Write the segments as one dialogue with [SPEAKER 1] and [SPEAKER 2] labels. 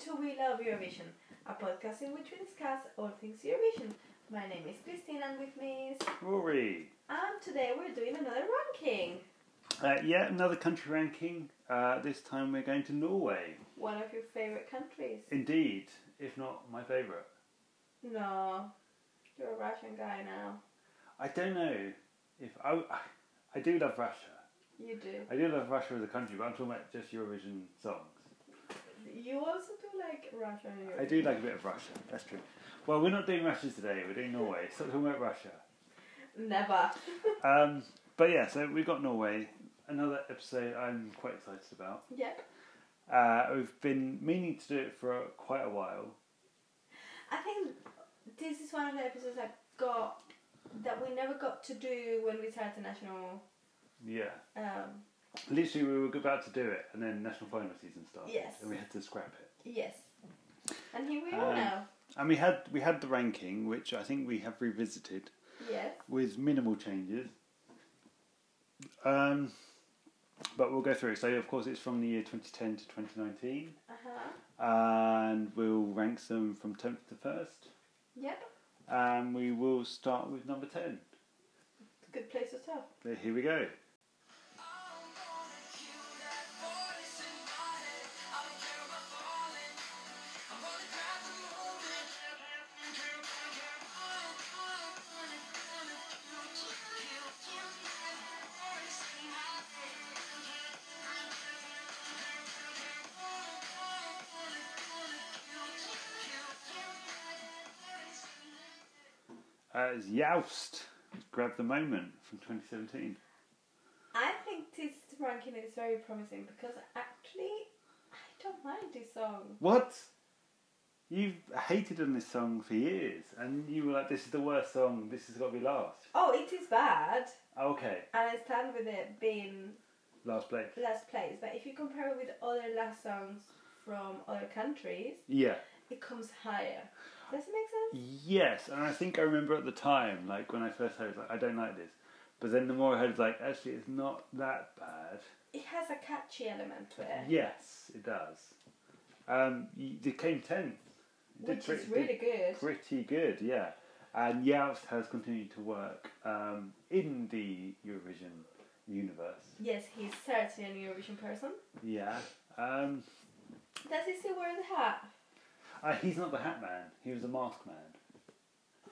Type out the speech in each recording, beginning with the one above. [SPEAKER 1] to We Love Eurovision, a podcast in which we discuss all things Eurovision. My name is Christine and with me is.
[SPEAKER 2] Rory.
[SPEAKER 1] And today we're doing another ranking.
[SPEAKER 2] Uh, yeah, another country ranking. Uh, this time we're going to Norway.
[SPEAKER 1] One of your favourite countries.
[SPEAKER 2] Indeed, if not my favourite.
[SPEAKER 1] No, you're a Russian guy now.
[SPEAKER 2] I don't know if I, I do love Russia.
[SPEAKER 1] You do.
[SPEAKER 2] I do love Russia as a country, but I'm talking about just Eurovision songs.
[SPEAKER 1] You also do like Russian Eurovision.
[SPEAKER 2] I do like a bit of Russia. That's true. Well, we're not doing Russia today. We're doing Norway. Stop talking about Russia.
[SPEAKER 1] Never.
[SPEAKER 2] Um, but yeah, so we've got Norway. Another episode I'm quite excited about.
[SPEAKER 1] yep.
[SPEAKER 2] Uh, we've been meaning to do it for quite a while.
[SPEAKER 1] I think this is one of the episodes I got that we never got to do when we started the national.
[SPEAKER 2] Yeah.
[SPEAKER 1] Um,
[SPEAKER 2] Literally, we were about to do it, and then national final season started,
[SPEAKER 1] Yes.
[SPEAKER 2] and we had to scrap it.
[SPEAKER 1] Yes. And here we are
[SPEAKER 2] Um,
[SPEAKER 1] now.
[SPEAKER 2] And we had we had the ranking, which I think we have revisited
[SPEAKER 1] Yes.
[SPEAKER 2] with minimal changes. Um, but we'll go through. it. So, of course, it's from the year 2010 to 2019,
[SPEAKER 1] Uh huh.
[SPEAKER 2] and we'll rank them from 10th to first.
[SPEAKER 1] Yep.
[SPEAKER 2] And we will start with number 10.
[SPEAKER 1] It's a good place to start.
[SPEAKER 2] Uh, Here we go. Uh, it's Youst. Grab the moment from 2017.
[SPEAKER 1] I think this ranking is very promising because actually, I don't mind this song.
[SPEAKER 2] What? You've hated on this song for years, and you were like, "This is the worst song. This has got to be last."
[SPEAKER 1] Oh,
[SPEAKER 2] Oh,
[SPEAKER 1] it is bad,
[SPEAKER 2] Okay,
[SPEAKER 1] and I stand with it being
[SPEAKER 2] last place.
[SPEAKER 1] last place. But if you compare it with other last songs from other countries,
[SPEAKER 2] Yeah.
[SPEAKER 1] it comes higher. Does it make sense?
[SPEAKER 2] Yes, and I think I remember at the time, like when I first heard, it, like I don't like this. But then the more I heard, it's like actually, it's not that bad.
[SPEAKER 1] It has a catchy element to it,
[SPEAKER 2] Yes, it does. Um, y- it came tenth, It did
[SPEAKER 1] which
[SPEAKER 2] pre-
[SPEAKER 1] is really good.
[SPEAKER 2] did pretty good. Yeah, and Youst has continued to work um, in the Eurovision universe.
[SPEAKER 1] Yes, he's certainly an Eurovision person.
[SPEAKER 2] Yeah. Um,
[SPEAKER 1] Does he still wear the hat?
[SPEAKER 2] Uh, he's not the Hat Man. He was the Mask Man.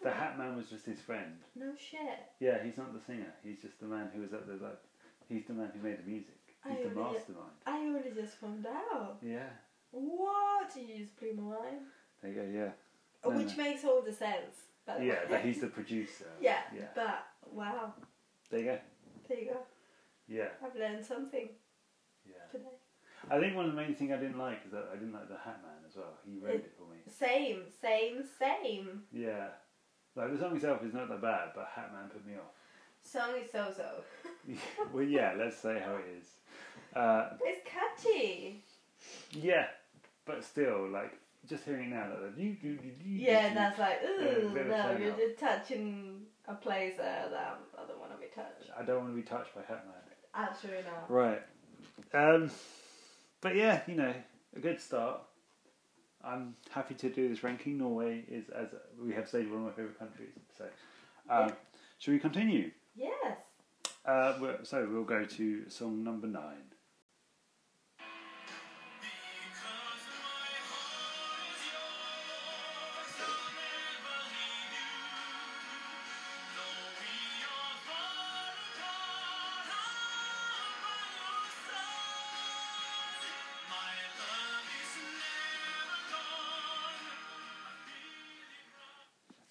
[SPEAKER 2] The Hat Man was just his friend.
[SPEAKER 1] No shit.
[SPEAKER 2] Yeah, he's not the singer. He's just the man who was at the like. He's the man who made the music. He's
[SPEAKER 1] I
[SPEAKER 2] the
[SPEAKER 1] really-
[SPEAKER 2] mastermind.
[SPEAKER 1] I only just found out.
[SPEAKER 2] Yeah.
[SPEAKER 1] What? You use Blue Mind?
[SPEAKER 2] There you go. No,
[SPEAKER 1] Which makes all the sense. by
[SPEAKER 2] Yeah.
[SPEAKER 1] the
[SPEAKER 2] Yeah.
[SPEAKER 1] way.
[SPEAKER 2] That he's the producer.
[SPEAKER 1] Oh, yeah,
[SPEAKER 2] Yeah.
[SPEAKER 1] but wow.
[SPEAKER 2] There you go.
[SPEAKER 1] There you go.
[SPEAKER 2] Yeah.
[SPEAKER 1] I've learned something
[SPEAKER 2] Yeah.
[SPEAKER 1] today.
[SPEAKER 2] I think one of the main things I didn't like is that I didn't like the Hat Man as well. He wrote it for me.
[SPEAKER 1] Same, same, same.
[SPEAKER 2] Yeah. Like the song itself is not that bad, but Hat Man put me off.
[SPEAKER 1] Song is so so.
[SPEAKER 2] well, yeah. Let's say how it is. Uh,
[SPEAKER 1] It's catchy.
[SPEAKER 2] Yeah, but still, like just hearing it now, like, you, you, you, you,
[SPEAKER 1] Yeah,
[SPEAKER 2] you-
[SPEAKER 1] that's like, ooh,
[SPEAKER 2] bit of a
[SPEAKER 1] no,
[SPEAKER 2] turn
[SPEAKER 1] you're
[SPEAKER 2] up.
[SPEAKER 1] just touching a place there that I don't want to be touched.
[SPEAKER 2] I don't want to be touched by Hatman.
[SPEAKER 1] Actually, no.
[SPEAKER 2] Right. Um. But yeah, you know, a good start. I'm happy to do this ranking. Norway is, as we have said, one of my favourite countries. So, um,
[SPEAKER 1] Yeah.
[SPEAKER 2] should we continue?
[SPEAKER 1] Yes.
[SPEAKER 2] Uh, we're- so we'll go to song number nine.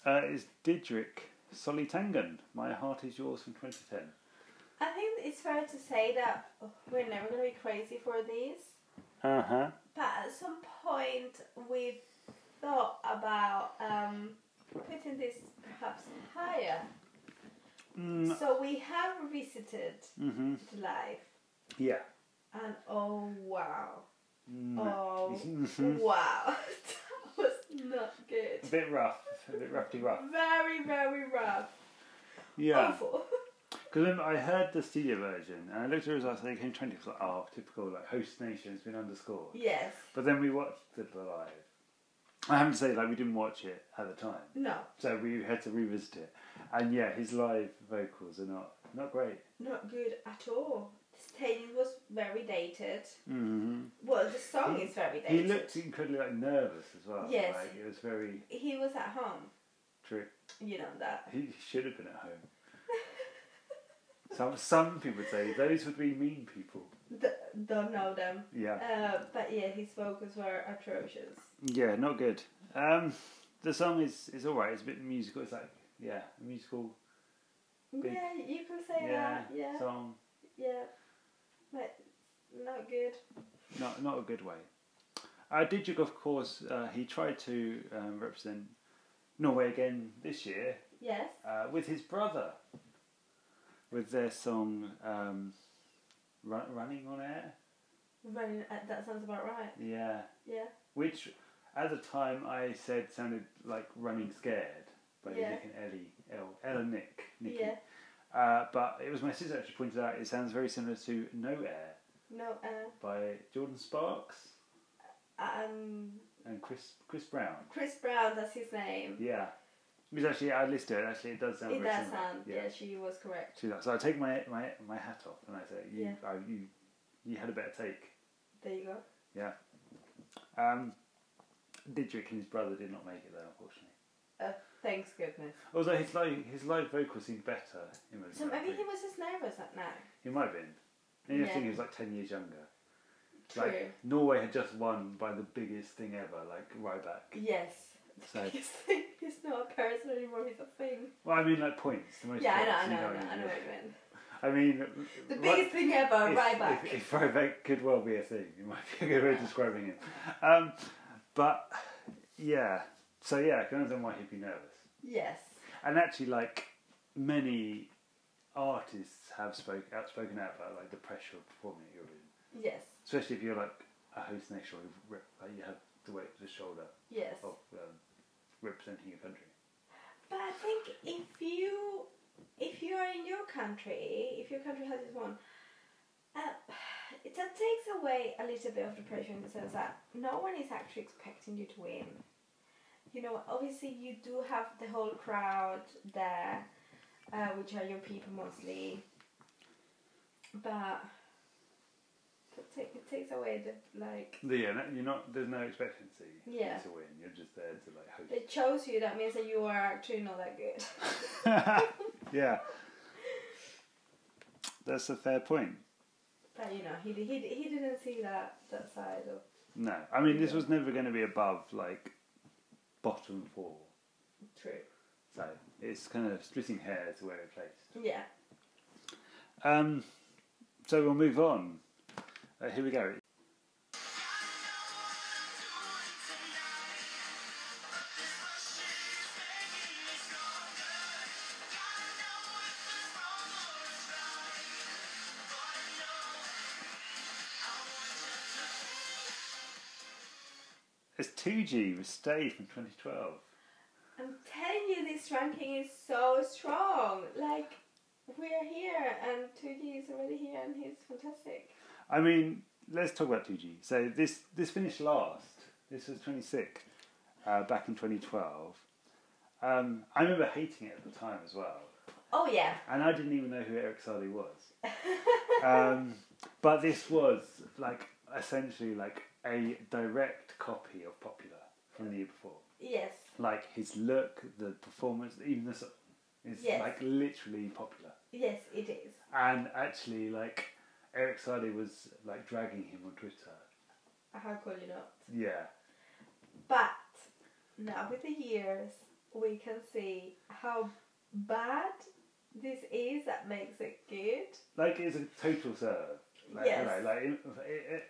[SPEAKER 2] Uh, it's Didrik Solitangan. My heart is yours from 2010.
[SPEAKER 1] I think it's fair to say that oh, we're never going to be crazy for these.
[SPEAKER 2] Uh huh.
[SPEAKER 1] But at some point, we thought about um, putting this perhaps higher.
[SPEAKER 2] Mm.
[SPEAKER 1] So we have revisited
[SPEAKER 2] Mhm.
[SPEAKER 1] the life,
[SPEAKER 2] Yeah.
[SPEAKER 1] and oh wow,
[SPEAKER 2] Mm.
[SPEAKER 1] oh
[SPEAKER 2] Mhm.
[SPEAKER 1] wow, that was not good.
[SPEAKER 2] A bit rough, a bit roughly rough.
[SPEAKER 1] Very very rough.
[SPEAKER 2] Yeah.
[SPEAKER 1] Awful.
[SPEAKER 2] Because Oh, I heard the studio version and I looked at the results and they came 20. I was like, oh, typical, like host nation has been underscored.
[SPEAKER 1] Yes.
[SPEAKER 2] But then we watched the live. I have to say, like, we didn't watch it at the time.
[SPEAKER 1] No.
[SPEAKER 2] So we had to revisit it. And yeah, his live vocals are not, not great.
[SPEAKER 1] Not good at all. The staging was very dated.
[SPEAKER 2] Mm-hmm.
[SPEAKER 1] Well, the song is very
[SPEAKER 2] He
[SPEAKER 1] dated.
[SPEAKER 2] looked incredibly like nervous as well.
[SPEAKER 1] Yes.
[SPEAKER 2] Like, it was very
[SPEAKER 1] He was at home.
[SPEAKER 2] true.
[SPEAKER 1] You know that.
[SPEAKER 2] He should have been at home. some some people would say those would be mean people.
[SPEAKER 1] Th- don't know them.
[SPEAKER 2] Yeah.
[SPEAKER 1] Uh, but yeah, his vocals were atrocious.
[SPEAKER 2] Yeah, not good. Um, the song is is all right. It's a bit musical. It's like yeah, a musical. Big-
[SPEAKER 1] Yeah, you can say
[SPEAKER 2] yeah,
[SPEAKER 1] that. Yeah,
[SPEAKER 2] song.
[SPEAKER 1] yeah. But not good.
[SPEAKER 2] Not not a good way. Uh, Didrik, of course, uh, he tried to um, represent Norway again this year
[SPEAKER 1] Yes.
[SPEAKER 2] uh, with his brother, with their song um, Run, "Running on Air."
[SPEAKER 1] Running, uh, that sounds about right.
[SPEAKER 2] Yeah,
[SPEAKER 1] Yeah.
[SPEAKER 2] which at the time I said sounded like "Running Scared" by
[SPEAKER 1] Yeah.
[SPEAKER 2] Nick and Ellie, El, Ella Nick, Nicky.
[SPEAKER 1] Yeah.
[SPEAKER 2] Uh, but it was my sister actually pointed out it sounds very similar to No Air
[SPEAKER 1] No. Uh,
[SPEAKER 2] by Jordan Sparks
[SPEAKER 1] um,
[SPEAKER 2] and Chris Chris Brown.
[SPEAKER 1] Chris Brown. That's his name.
[SPEAKER 2] Yeah. Because actually, I listened to it, actually, it does sound
[SPEAKER 1] It
[SPEAKER 2] very
[SPEAKER 1] does
[SPEAKER 2] similar.
[SPEAKER 1] sound. Yeah. she was correct.
[SPEAKER 2] To that. So I take my, my, my hat off and I say, you,
[SPEAKER 1] Yeah.
[SPEAKER 2] I, you, you had a better take.
[SPEAKER 1] There you go.
[SPEAKER 2] Um, Didrik and his brother did not make it though, unfortunately.
[SPEAKER 1] Thanks goodness.
[SPEAKER 2] Although his live, his live vocal seemed better. In
[SPEAKER 1] So
[SPEAKER 2] Rosemary
[SPEAKER 1] maybe he
[SPEAKER 2] Queen.
[SPEAKER 1] was just nervous at night.
[SPEAKER 2] He might have been. And you have to
[SPEAKER 1] Yeah.
[SPEAKER 2] think he was like 10 years younger.
[SPEAKER 1] True.
[SPEAKER 2] Like, Norway had just won by the biggest thing ever, like Ryback.
[SPEAKER 1] yes.
[SPEAKER 2] So-
[SPEAKER 1] He's, he's not a person anymore. He's a thing.
[SPEAKER 2] Well, I mean, like points. The most
[SPEAKER 1] Yeah, I
[SPEAKER 2] points,
[SPEAKER 1] know, I
[SPEAKER 2] you
[SPEAKER 1] know, I
[SPEAKER 2] what
[SPEAKER 1] know, I know
[SPEAKER 2] mean,
[SPEAKER 1] what you mean.
[SPEAKER 2] yeah. I mean,
[SPEAKER 1] The
[SPEAKER 2] Ry-
[SPEAKER 1] biggest thing ever,
[SPEAKER 2] if,
[SPEAKER 1] right back.
[SPEAKER 2] If, if Ryback could well be a thing, it might be a good way of describing him. Um, but yeah, so yeah, I can understand why he'd be nervous.
[SPEAKER 1] Yes.
[SPEAKER 2] And actually, like many artists have spoke outspoken out about like the pressure of performing at Eurovision,
[SPEAKER 1] Yes.
[SPEAKER 2] especially if you're like a host nation or you've rep- like you have the weight of the shoulder
[SPEAKER 1] Yes.
[SPEAKER 2] of um, representing your country.
[SPEAKER 1] But I think if you if you are in your country, if your country has its own, uh, it that takes away a little bit of the pressure in the sense that no one is actually expecting you to win. You know, obviously you do have the whole crowd there, uh, which are your people mostly. But that take, it takes away the like
[SPEAKER 2] The- Yeah, no- you're not. There's no expectancy
[SPEAKER 1] Yeah.
[SPEAKER 2] to win. You're just there to like host.
[SPEAKER 1] they chose you. That means that you are actually not that good.
[SPEAKER 2] yeah. That's a fair point.
[SPEAKER 1] But you know, he he he didn't see that that side of
[SPEAKER 2] No, I mean this was never going to be above like bottom four,
[SPEAKER 1] true.
[SPEAKER 2] so it's kind of splitting hairs where it placed.
[SPEAKER 1] Yeah.
[SPEAKER 2] Um, so we'll move on. Uh, here we go. It's 2G with Stay from 2012.
[SPEAKER 1] I'm telling you, this ranking is so strong. Like we're here, and Tuji is already here, and he's fantastic.
[SPEAKER 2] I mean, let's talk about 2G. So this this finished last. This was 26 uh, back in 2012. Um, I remember hating it at the time as well,
[SPEAKER 1] Oh yeah.
[SPEAKER 2] and I didn't even know who Eric Sade was. um, but this was like essentially like a direct copy of Popular from the year before.
[SPEAKER 1] Yes.
[SPEAKER 2] Like his look, the performance, even the song is
[SPEAKER 1] Yes.
[SPEAKER 2] like literally Popular.
[SPEAKER 1] Yes, it is.
[SPEAKER 2] And actually, like Eric Sade was like dragging him on Twitter.
[SPEAKER 1] How could you not?
[SPEAKER 2] Yeah.
[SPEAKER 1] But now with the years, we can see how bad this is. That makes it good.
[SPEAKER 2] like it's a total serve. Like,
[SPEAKER 1] Yes.
[SPEAKER 2] hello, like it, it, it,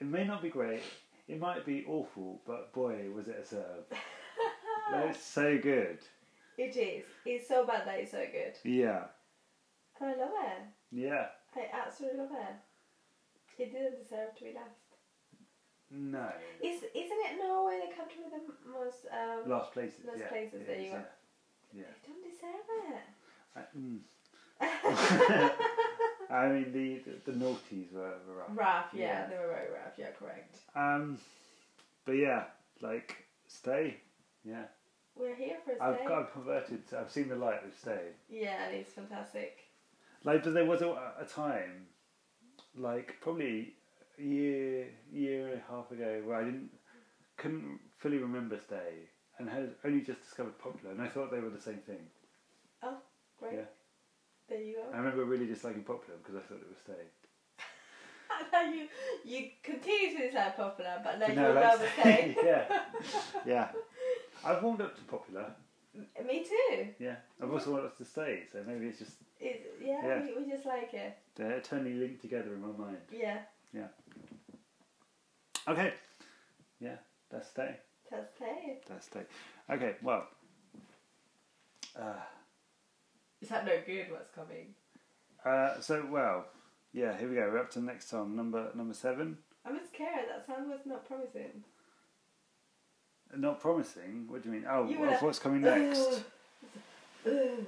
[SPEAKER 2] it may not be great, it might be awful, but boy, was it a serve!
[SPEAKER 1] Ah.
[SPEAKER 2] like, it's so good.
[SPEAKER 1] It is. It's so bad that it's so good.
[SPEAKER 2] Yeah,
[SPEAKER 1] And I love it.
[SPEAKER 2] yeah.
[SPEAKER 1] I absolutely love it. It didn't deserve to be last.
[SPEAKER 2] No,
[SPEAKER 1] Is isn't it Norway the country with the m- most? Um,
[SPEAKER 2] last places.
[SPEAKER 1] Last
[SPEAKER 2] yeah.
[SPEAKER 1] places,
[SPEAKER 2] it
[SPEAKER 1] there
[SPEAKER 2] is,
[SPEAKER 1] you
[SPEAKER 2] yeah.
[SPEAKER 1] go. They don't deserve it.
[SPEAKER 2] I- mm. I mean, the the, the noughties were, were rough.
[SPEAKER 1] rough, yeah,
[SPEAKER 2] Yeah.
[SPEAKER 1] they were very rough. Yeah, correct.
[SPEAKER 2] Um, but yeah, like stay. Yeah,
[SPEAKER 1] We're here for a stay.
[SPEAKER 2] I've got I've converted. To, I've seen the light of stay.
[SPEAKER 1] Yeah, and it's fantastic.
[SPEAKER 2] Like, but there was a, a time, like probably a year year and a half ago, where I didn't couldn't fully remember stay and had only just discovered popular, and I thought they were the same thing.
[SPEAKER 1] Great.
[SPEAKER 2] Yeah.
[SPEAKER 1] There you
[SPEAKER 2] I
[SPEAKER 1] go.
[SPEAKER 2] remember really disliking popular because I thought it was stay.
[SPEAKER 1] now you you continue to sound popular, but now
[SPEAKER 2] But
[SPEAKER 1] you
[SPEAKER 2] now
[SPEAKER 1] love
[SPEAKER 2] that's-
[SPEAKER 1] a stay.
[SPEAKER 2] yeah, yeah. I've warmed up to popular.
[SPEAKER 1] Me too.
[SPEAKER 2] Yeah, I've also warmed up to stay, so maybe it's just
[SPEAKER 1] It, yeah,
[SPEAKER 2] Yeah.
[SPEAKER 1] We, we just like it.
[SPEAKER 2] they're eternally linked together in my mind.
[SPEAKER 1] Yeah,
[SPEAKER 2] Okay. Yeah, that's stay.
[SPEAKER 1] that's stay.
[SPEAKER 2] That's stay. Okay, well. Uh,
[SPEAKER 1] Is that no good? What's coming?
[SPEAKER 2] uh, so well, yeah. Here we go. We're up to the next song, number number seven.
[SPEAKER 1] I'm scared. That sound was not promising.
[SPEAKER 2] Not promising. What do you mean? Oh,
[SPEAKER 1] You
[SPEAKER 2] well,
[SPEAKER 1] were-
[SPEAKER 2] what's coming next?
[SPEAKER 1] Ugh.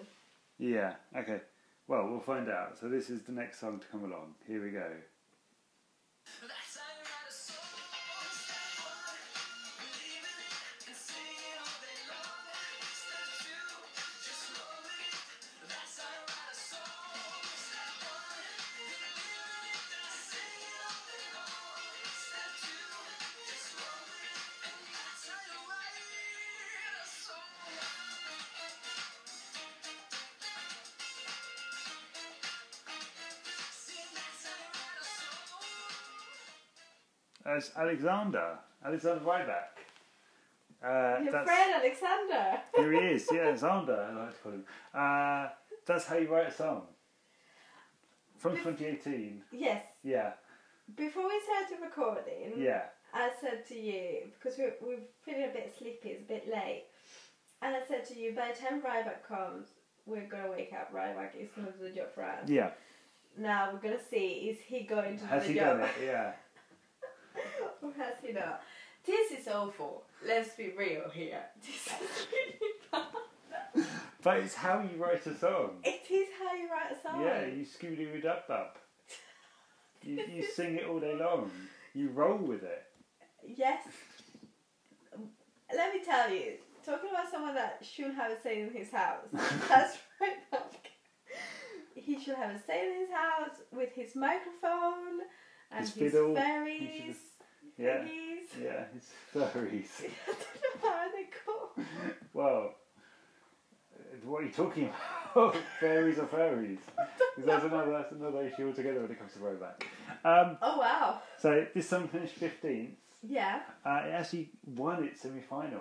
[SPEAKER 2] yeah. Okay. Well, we'll find out. So this is the next song to come along. Here we go.
[SPEAKER 3] Last time I had a soul, step one, believe in it and sing it all day long. Step two, just roll with it. Last time I had a soul, step one, believe in it and sing it all day long. Step two, just roll with it. And that's how you write a song. See, that's how you write a song.
[SPEAKER 2] That's Alexander. Alexander Ryback. Uh,
[SPEAKER 1] Your
[SPEAKER 2] that's,
[SPEAKER 1] friend Alexander.
[SPEAKER 2] here he is. Yeah, Alexander. I like to call him. Uh, that's how you write a song. From
[SPEAKER 1] Bef-
[SPEAKER 2] 2018.
[SPEAKER 1] Yes.
[SPEAKER 2] Yeah,
[SPEAKER 1] Before we started recording,
[SPEAKER 2] yeah.
[SPEAKER 1] I said to you because we we're feeling a bit sleepy. It's a bit late, and I said to you, by the time Ryback comes, we're gonna wake up. Ryback is gonna do the job for us.
[SPEAKER 2] Yeah.
[SPEAKER 1] Now we're gonna see is he going to
[SPEAKER 2] Has
[SPEAKER 1] do
[SPEAKER 2] he
[SPEAKER 1] the job
[SPEAKER 2] done it? Yeah.
[SPEAKER 1] or has he not? This is awful. Let's be real here. This is really bad.
[SPEAKER 2] But it's how you write a song.
[SPEAKER 1] It is how you write a song.
[SPEAKER 2] Yeah, you scooby doo dub dub. You, you sing it all day long. You roll with it.
[SPEAKER 1] Yes. Let me tell you, talking about someone that shouldn't have a say in his house. That's right, Mark. He should have a say in his house with his microphone and
[SPEAKER 2] His
[SPEAKER 1] his,
[SPEAKER 2] fiddle. He
[SPEAKER 1] fairies.
[SPEAKER 2] should- Yeah.
[SPEAKER 1] thingies.
[SPEAKER 2] Yeah, it's furries.
[SPEAKER 1] I don't know how they called.
[SPEAKER 2] Well, uh, what are you talking about? fairies or furries? Because that's another, that's another issue altogether when it comes to throwback. Um,
[SPEAKER 1] Oh wow.
[SPEAKER 2] so this song finished 15th.
[SPEAKER 1] Yeah.
[SPEAKER 2] Uh, it actually won its semi final.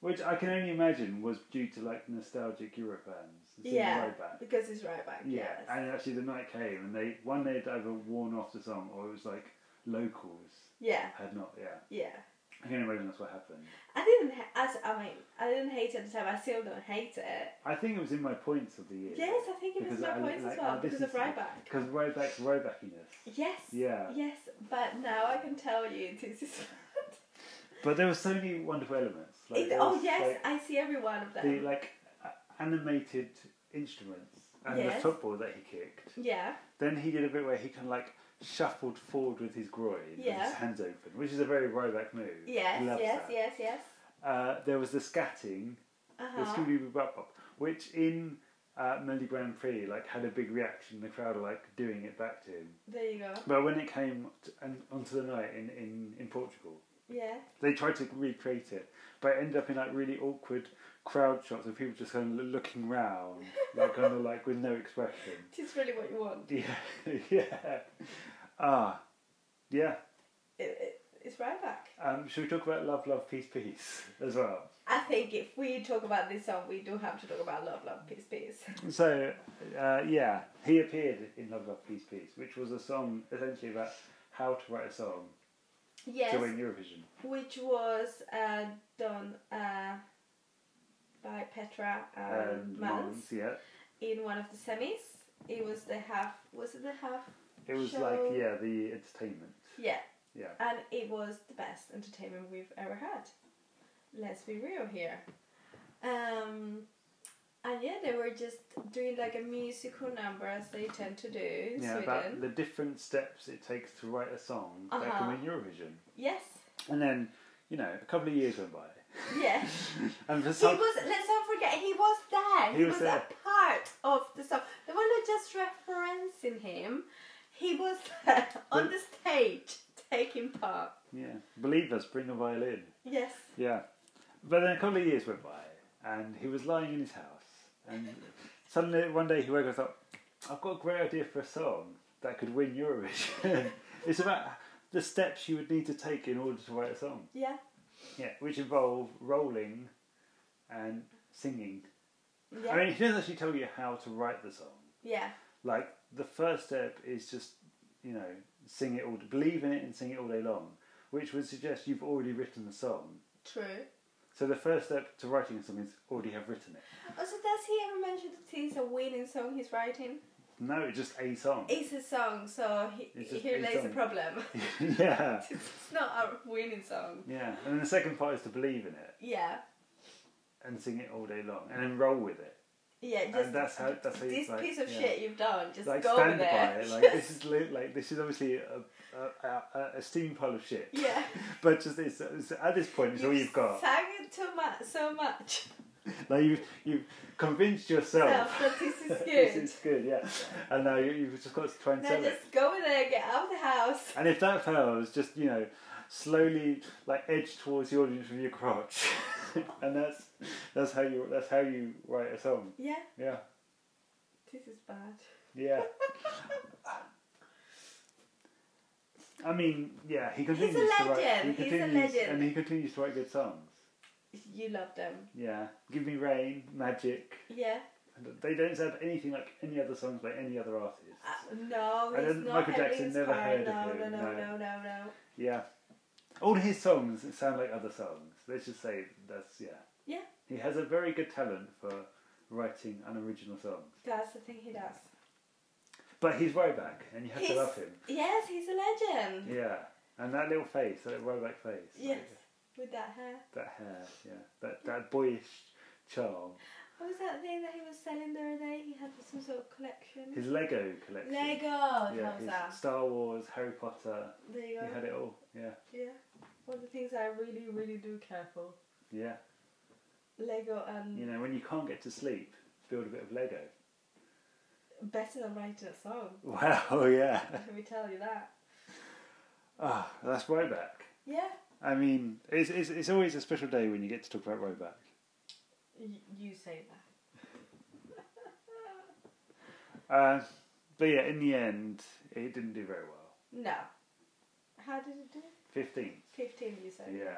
[SPEAKER 2] Which I can only imagine was due to like nostalgic Euro fans. and seeing the
[SPEAKER 1] Yeah.
[SPEAKER 2] road back.
[SPEAKER 1] Because he's right back.
[SPEAKER 2] Yeah,
[SPEAKER 1] Yes.
[SPEAKER 2] and actually the night came and they one they'd either worn off the song or it was like locals
[SPEAKER 1] yeah.
[SPEAKER 2] had not. Yeah,
[SPEAKER 1] Yeah.
[SPEAKER 2] I can imagine that's what happened.
[SPEAKER 1] I didn't. Ha- I, s- I mean, I didn't hate it at the time. I still don't hate it.
[SPEAKER 2] I think it was in my points of the year.
[SPEAKER 1] Yes, I think it was
[SPEAKER 2] Because
[SPEAKER 1] my
[SPEAKER 2] I-
[SPEAKER 1] points
[SPEAKER 2] like,
[SPEAKER 1] as well
[SPEAKER 2] I
[SPEAKER 1] because of
[SPEAKER 2] listened to-
[SPEAKER 1] Ryback.
[SPEAKER 2] because Roback's Robackiness.
[SPEAKER 1] Yes.
[SPEAKER 2] Yeah.
[SPEAKER 1] Yes, but now I can tell you this is.
[SPEAKER 2] But there were so many wonderful elements.
[SPEAKER 1] It-
[SPEAKER 2] there
[SPEAKER 1] oh
[SPEAKER 2] was,
[SPEAKER 1] yes,
[SPEAKER 2] like,
[SPEAKER 1] I see every one of them.
[SPEAKER 2] the like a- animated instruments and the
[SPEAKER 1] Yes.
[SPEAKER 2] football that he kicked.
[SPEAKER 1] yeah.
[SPEAKER 2] Then he did a bit where he kind of like shuffled forward with his groin, with
[SPEAKER 1] Yeah.
[SPEAKER 2] his hands open, which is a very Ryback move.
[SPEAKER 1] Yes.
[SPEAKER 2] He loves
[SPEAKER 1] Yes.
[SPEAKER 2] that.
[SPEAKER 1] Yes. Yes.
[SPEAKER 2] Uh, there was the scatting, the
[SPEAKER 1] Uh-huh.
[SPEAKER 2] Scooby Doo Bop Bop, which in uh, Melody Grand Prix like had a big reaction. The crowd were like doing it back to him.
[SPEAKER 1] There you go.
[SPEAKER 2] But when it came to, and onto the night in, in, in Portugal,
[SPEAKER 1] Yeah.
[SPEAKER 2] they tried to recreate it, but it ended up in like really awkward crowd shots of people just kind of looking round, like kind of like with no expression.
[SPEAKER 1] This is really what you want.
[SPEAKER 2] Yeah, yeah. Ah, yeah.
[SPEAKER 1] It, it, it's right back.
[SPEAKER 2] Um, should we talk about love, love, peace, peace as well?
[SPEAKER 1] I think if we talk about this song, we do have to talk about love, love, peace, peace.
[SPEAKER 2] So, uh, yeah, he appeared in Love, Love, Peace, Peace, which was a song essentially about how to write a song
[SPEAKER 1] Yes,
[SPEAKER 2] to win Eurovision.
[SPEAKER 1] which was uh, done uh, by Petra and
[SPEAKER 2] And
[SPEAKER 1] Mans
[SPEAKER 2] Mons, yeah,
[SPEAKER 1] in one of the semis. It was the half. Was it the half?
[SPEAKER 2] it was
[SPEAKER 1] Show-
[SPEAKER 2] like yeah, the entertainment.
[SPEAKER 1] Yeah.
[SPEAKER 2] Yeah.
[SPEAKER 1] And it was the best entertainment we've ever had. Let's be real here. Um, And yeah, they were just doing like a musical number as they tend to do in
[SPEAKER 2] yeah, about
[SPEAKER 1] Sweden.
[SPEAKER 2] the different steps it takes to write a song that
[SPEAKER 1] Uh-huh.
[SPEAKER 2] can win Eurovision.
[SPEAKER 1] Yes,
[SPEAKER 2] And then, you know, a couple of years went by.
[SPEAKER 1] yes.
[SPEAKER 2] And for
[SPEAKER 1] He
[SPEAKER 2] some,
[SPEAKER 1] was, let's not forget, he was there. He,
[SPEAKER 2] He
[SPEAKER 1] was,
[SPEAKER 2] was there.
[SPEAKER 1] a part of the song. They were not just referencing him, he was there on
[SPEAKER 2] But-
[SPEAKER 1] the stage taking part.
[SPEAKER 2] yeah, believe us, bring a violin.
[SPEAKER 1] Yes.
[SPEAKER 2] Yeah. But then a couple of years went by, and he was lying in his house. And suddenly, one day, he woke up and thought, I've got a great idea for a song that could win Eurovision. it's about the steps you would need to take in order to write a song.
[SPEAKER 1] Yeah.
[SPEAKER 2] Yeah, which involve rolling and singing.
[SPEAKER 1] Yeah.
[SPEAKER 2] I mean, he doesn't actually tell you how to write the song.
[SPEAKER 1] yeah.
[SPEAKER 2] Like, the first step is just, you know, sing it all, believe in it and sing it all day long, which would suggest you've already written the song.
[SPEAKER 1] True.
[SPEAKER 2] So the first step to writing a song is already have written it.
[SPEAKER 1] Also, Oh, does he ever mention that he's a winning song he's writing?
[SPEAKER 2] No, it's just a song.
[SPEAKER 1] It's a song, so he,
[SPEAKER 2] It's just
[SPEAKER 1] here
[SPEAKER 2] a
[SPEAKER 1] lays the
[SPEAKER 2] song.
[SPEAKER 1] problem.
[SPEAKER 2] yeah,
[SPEAKER 1] it's not a winning song.
[SPEAKER 2] yeah. And then the second part is to believe in it
[SPEAKER 1] Yeah.
[SPEAKER 2] and sing it all day long, and then roll with it.
[SPEAKER 1] Yeah, just
[SPEAKER 2] and that's how that's how you,
[SPEAKER 1] this
[SPEAKER 2] like,
[SPEAKER 1] piece of
[SPEAKER 2] yeah.
[SPEAKER 1] shit you've done, just
[SPEAKER 2] Like
[SPEAKER 1] go
[SPEAKER 2] stand
[SPEAKER 1] with it.
[SPEAKER 2] by it. Like this is li- like this is obviously a a, a, a- a steam pile of shit.
[SPEAKER 1] yeah.
[SPEAKER 2] But just it's, it's- at this point, it's all you've got.
[SPEAKER 1] Sang it too much, so much.
[SPEAKER 2] Like you've you've convinced yourself
[SPEAKER 1] Self, that this is
[SPEAKER 2] this
[SPEAKER 1] good.
[SPEAKER 2] is good, yeah. And now you, you've just got to try and
[SPEAKER 1] Now
[SPEAKER 2] sell it.
[SPEAKER 1] just go in there, get out of the house.
[SPEAKER 2] And if that fails, just you know, slowly like edge towards the audience with your crotch, and that's that's how you that's how you write a song.
[SPEAKER 1] Yeah,
[SPEAKER 2] Yeah,
[SPEAKER 1] this is bad.
[SPEAKER 2] yeah. I mean, yeah, he
[SPEAKER 1] a
[SPEAKER 2] continues to write.
[SPEAKER 1] legend,
[SPEAKER 2] He
[SPEAKER 1] he's a
[SPEAKER 2] continues,
[SPEAKER 1] legend.
[SPEAKER 2] and he continues to write good songs.
[SPEAKER 1] You love them.
[SPEAKER 2] Yeah, give me rain, magic.
[SPEAKER 1] Yeah.
[SPEAKER 2] They don't sound anything like any other songs by any other artist.
[SPEAKER 1] Uh, no,
[SPEAKER 2] I
[SPEAKER 1] he's
[SPEAKER 2] don't-
[SPEAKER 1] not
[SPEAKER 2] Michael
[SPEAKER 1] heavily
[SPEAKER 2] Jackson, never
[SPEAKER 1] inspired.
[SPEAKER 2] heard of
[SPEAKER 1] no,
[SPEAKER 2] him,
[SPEAKER 1] No, no, no,
[SPEAKER 2] no.
[SPEAKER 1] no, no.
[SPEAKER 2] Yeah, all his songs sound like other songs. Let's just say that's yeah.
[SPEAKER 1] Yeah,
[SPEAKER 2] He has a very good talent for writing unoriginal songs.
[SPEAKER 1] that's the thing he does.
[SPEAKER 2] But he's Ryback, and you have
[SPEAKER 1] He's-
[SPEAKER 2] to love him.
[SPEAKER 1] Yes, he's a legend.
[SPEAKER 2] Yeah. And that little face, that little Ryback face.
[SPEAKER 1] Yes,
[SPEAKER 2] like,
[SPEAKER 1] with that hair.
[SPEAKER 2] that hair, yeah. That, that boyish charm.
[SPEAKER 1] What was that thing that he was selling the other day? He had some sort of collection.
[SPEAKER 2] His Lego collection.
[SPEAKER 1] Lego.
[SPEAKER 2] Yeah,
[SPEAKER 1] that was
[SPEAKER 2] his
[SPEAKER 1] that.
[SPEAKER 2] Star Wars, Harry Potter.
[SPEAKER 1] There you
[SPEAKER 2] He
[SPEAKER 1] go.
[SPEAKER 2] had it all. Yeah.
[SPEAKER 1] Yeah. One of the things I really, really do care for.
[SPEAKER 2] Yeah.
[SPEAKER 1] Lego and
[SPEAKER 2] You know, when you can't get to sleep, build a bit of Lego.
[SPEAKER 1] better than writing a song.
[SPEAKER 2] Wow, yeah.
[SPEAKER 1] Let me tell you that.
[SPEAKER 2] Ah, that's Ryback.
[SPEAKER 1] Yeah.
[SPEAKER 2] I mean, it's, it's, it's always a special day when you get to talk about Ryback.
[SPEAKER 1] Y- you say that.
[SPEAKER 2] Uh, but yeah, in the end, it didn't do very well.
[SPEAKER 1] No. How did it do?
[SPEAKER 2] 15.
[SPEAKER 1] 15, you said.
[SPEAKER 2] Yeah.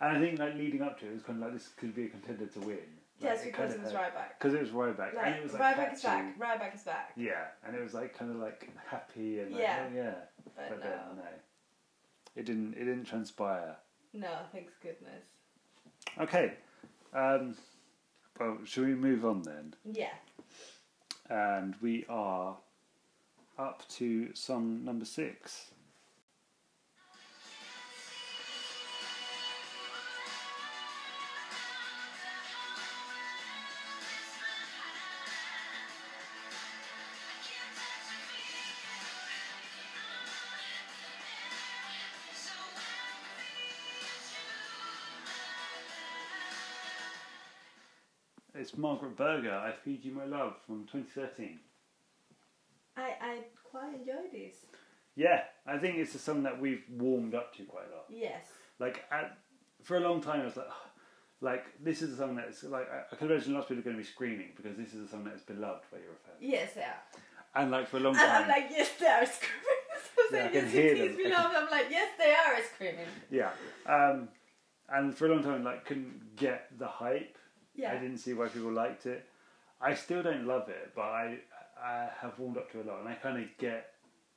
[SPEAKER 2] And I think like leading up to it, it was kind of like this could be a contender to win.
[SPEAKER 1] yes, because it was Ryback.
[SPEAKER 2] Because it was Ryback.
[SPEAKER 1] Like,
[SPEAKER 2] and it was like
[SPEAKER 1] Ryback
[SPEAKER 2] catchy.
[SPEAKER 1] is back. Ryback is back.
[SPEAKER 2] Yeah, and it was like kind of like happy and like,
[SPEAKER 1] Yeah.
[SPEAKER 2] oh yeah.
[SPEAKER 1] But,
[SPEAKER 2] But
[SPEAKER 1] no.
[SPEAKER 2] then, uh, no. It didn't, it didn't transpire.
[SPEAKER 1] No, thanks goodness.
[SPEAKER 2] Okay. Um, well, shall we move on then?
[SPEAKER 1] Yeah.
[SPEAKER 2] And we are up to song number six. It's Margaret Berger, I Feed You My Love from 2013.
[SPEAKER 1] I, I quite enjoy this.
[SPEAKER 2] Yeah, I think it's a song that we've warmed up to quite a lot.
[SPEAKER 1] Yes.
[SPEAKER 2] Like, at, for a long time, I was like, "Ugh." like this is a song that's like I, I could imagine lots of people are going to be screaming because this is a song that is beloved by your fans.
[SPEAKER 1] Yes, yeah.
[SPEAKER 2] And like for a long
[SPEAKER 1] And I'm
[SPEAKER 2] time,
[SPEAKER 1] like, yes, they are screaming. So I'm
[SPEAKER 2] Yeah,
[SPEAKER 1] saying,
[SPEAKER 2] I can
[SPEAKER 1] yes,
[SPEAKER 2] hear
[SPEAKER 1] it is
[SPEAKER 2] them. I
[SPEAKER 1] beloved. I'm like, yes, they are screaming.
[SPEAKER 2] yeah. Um, and for a long time, like couldn't get the hype. I
[SPEAKER 1] Yeah.
[SPEAKER 2] didn't see why people liked it. I still don't love it, but I I have warmed up to it a lot, and I kind of get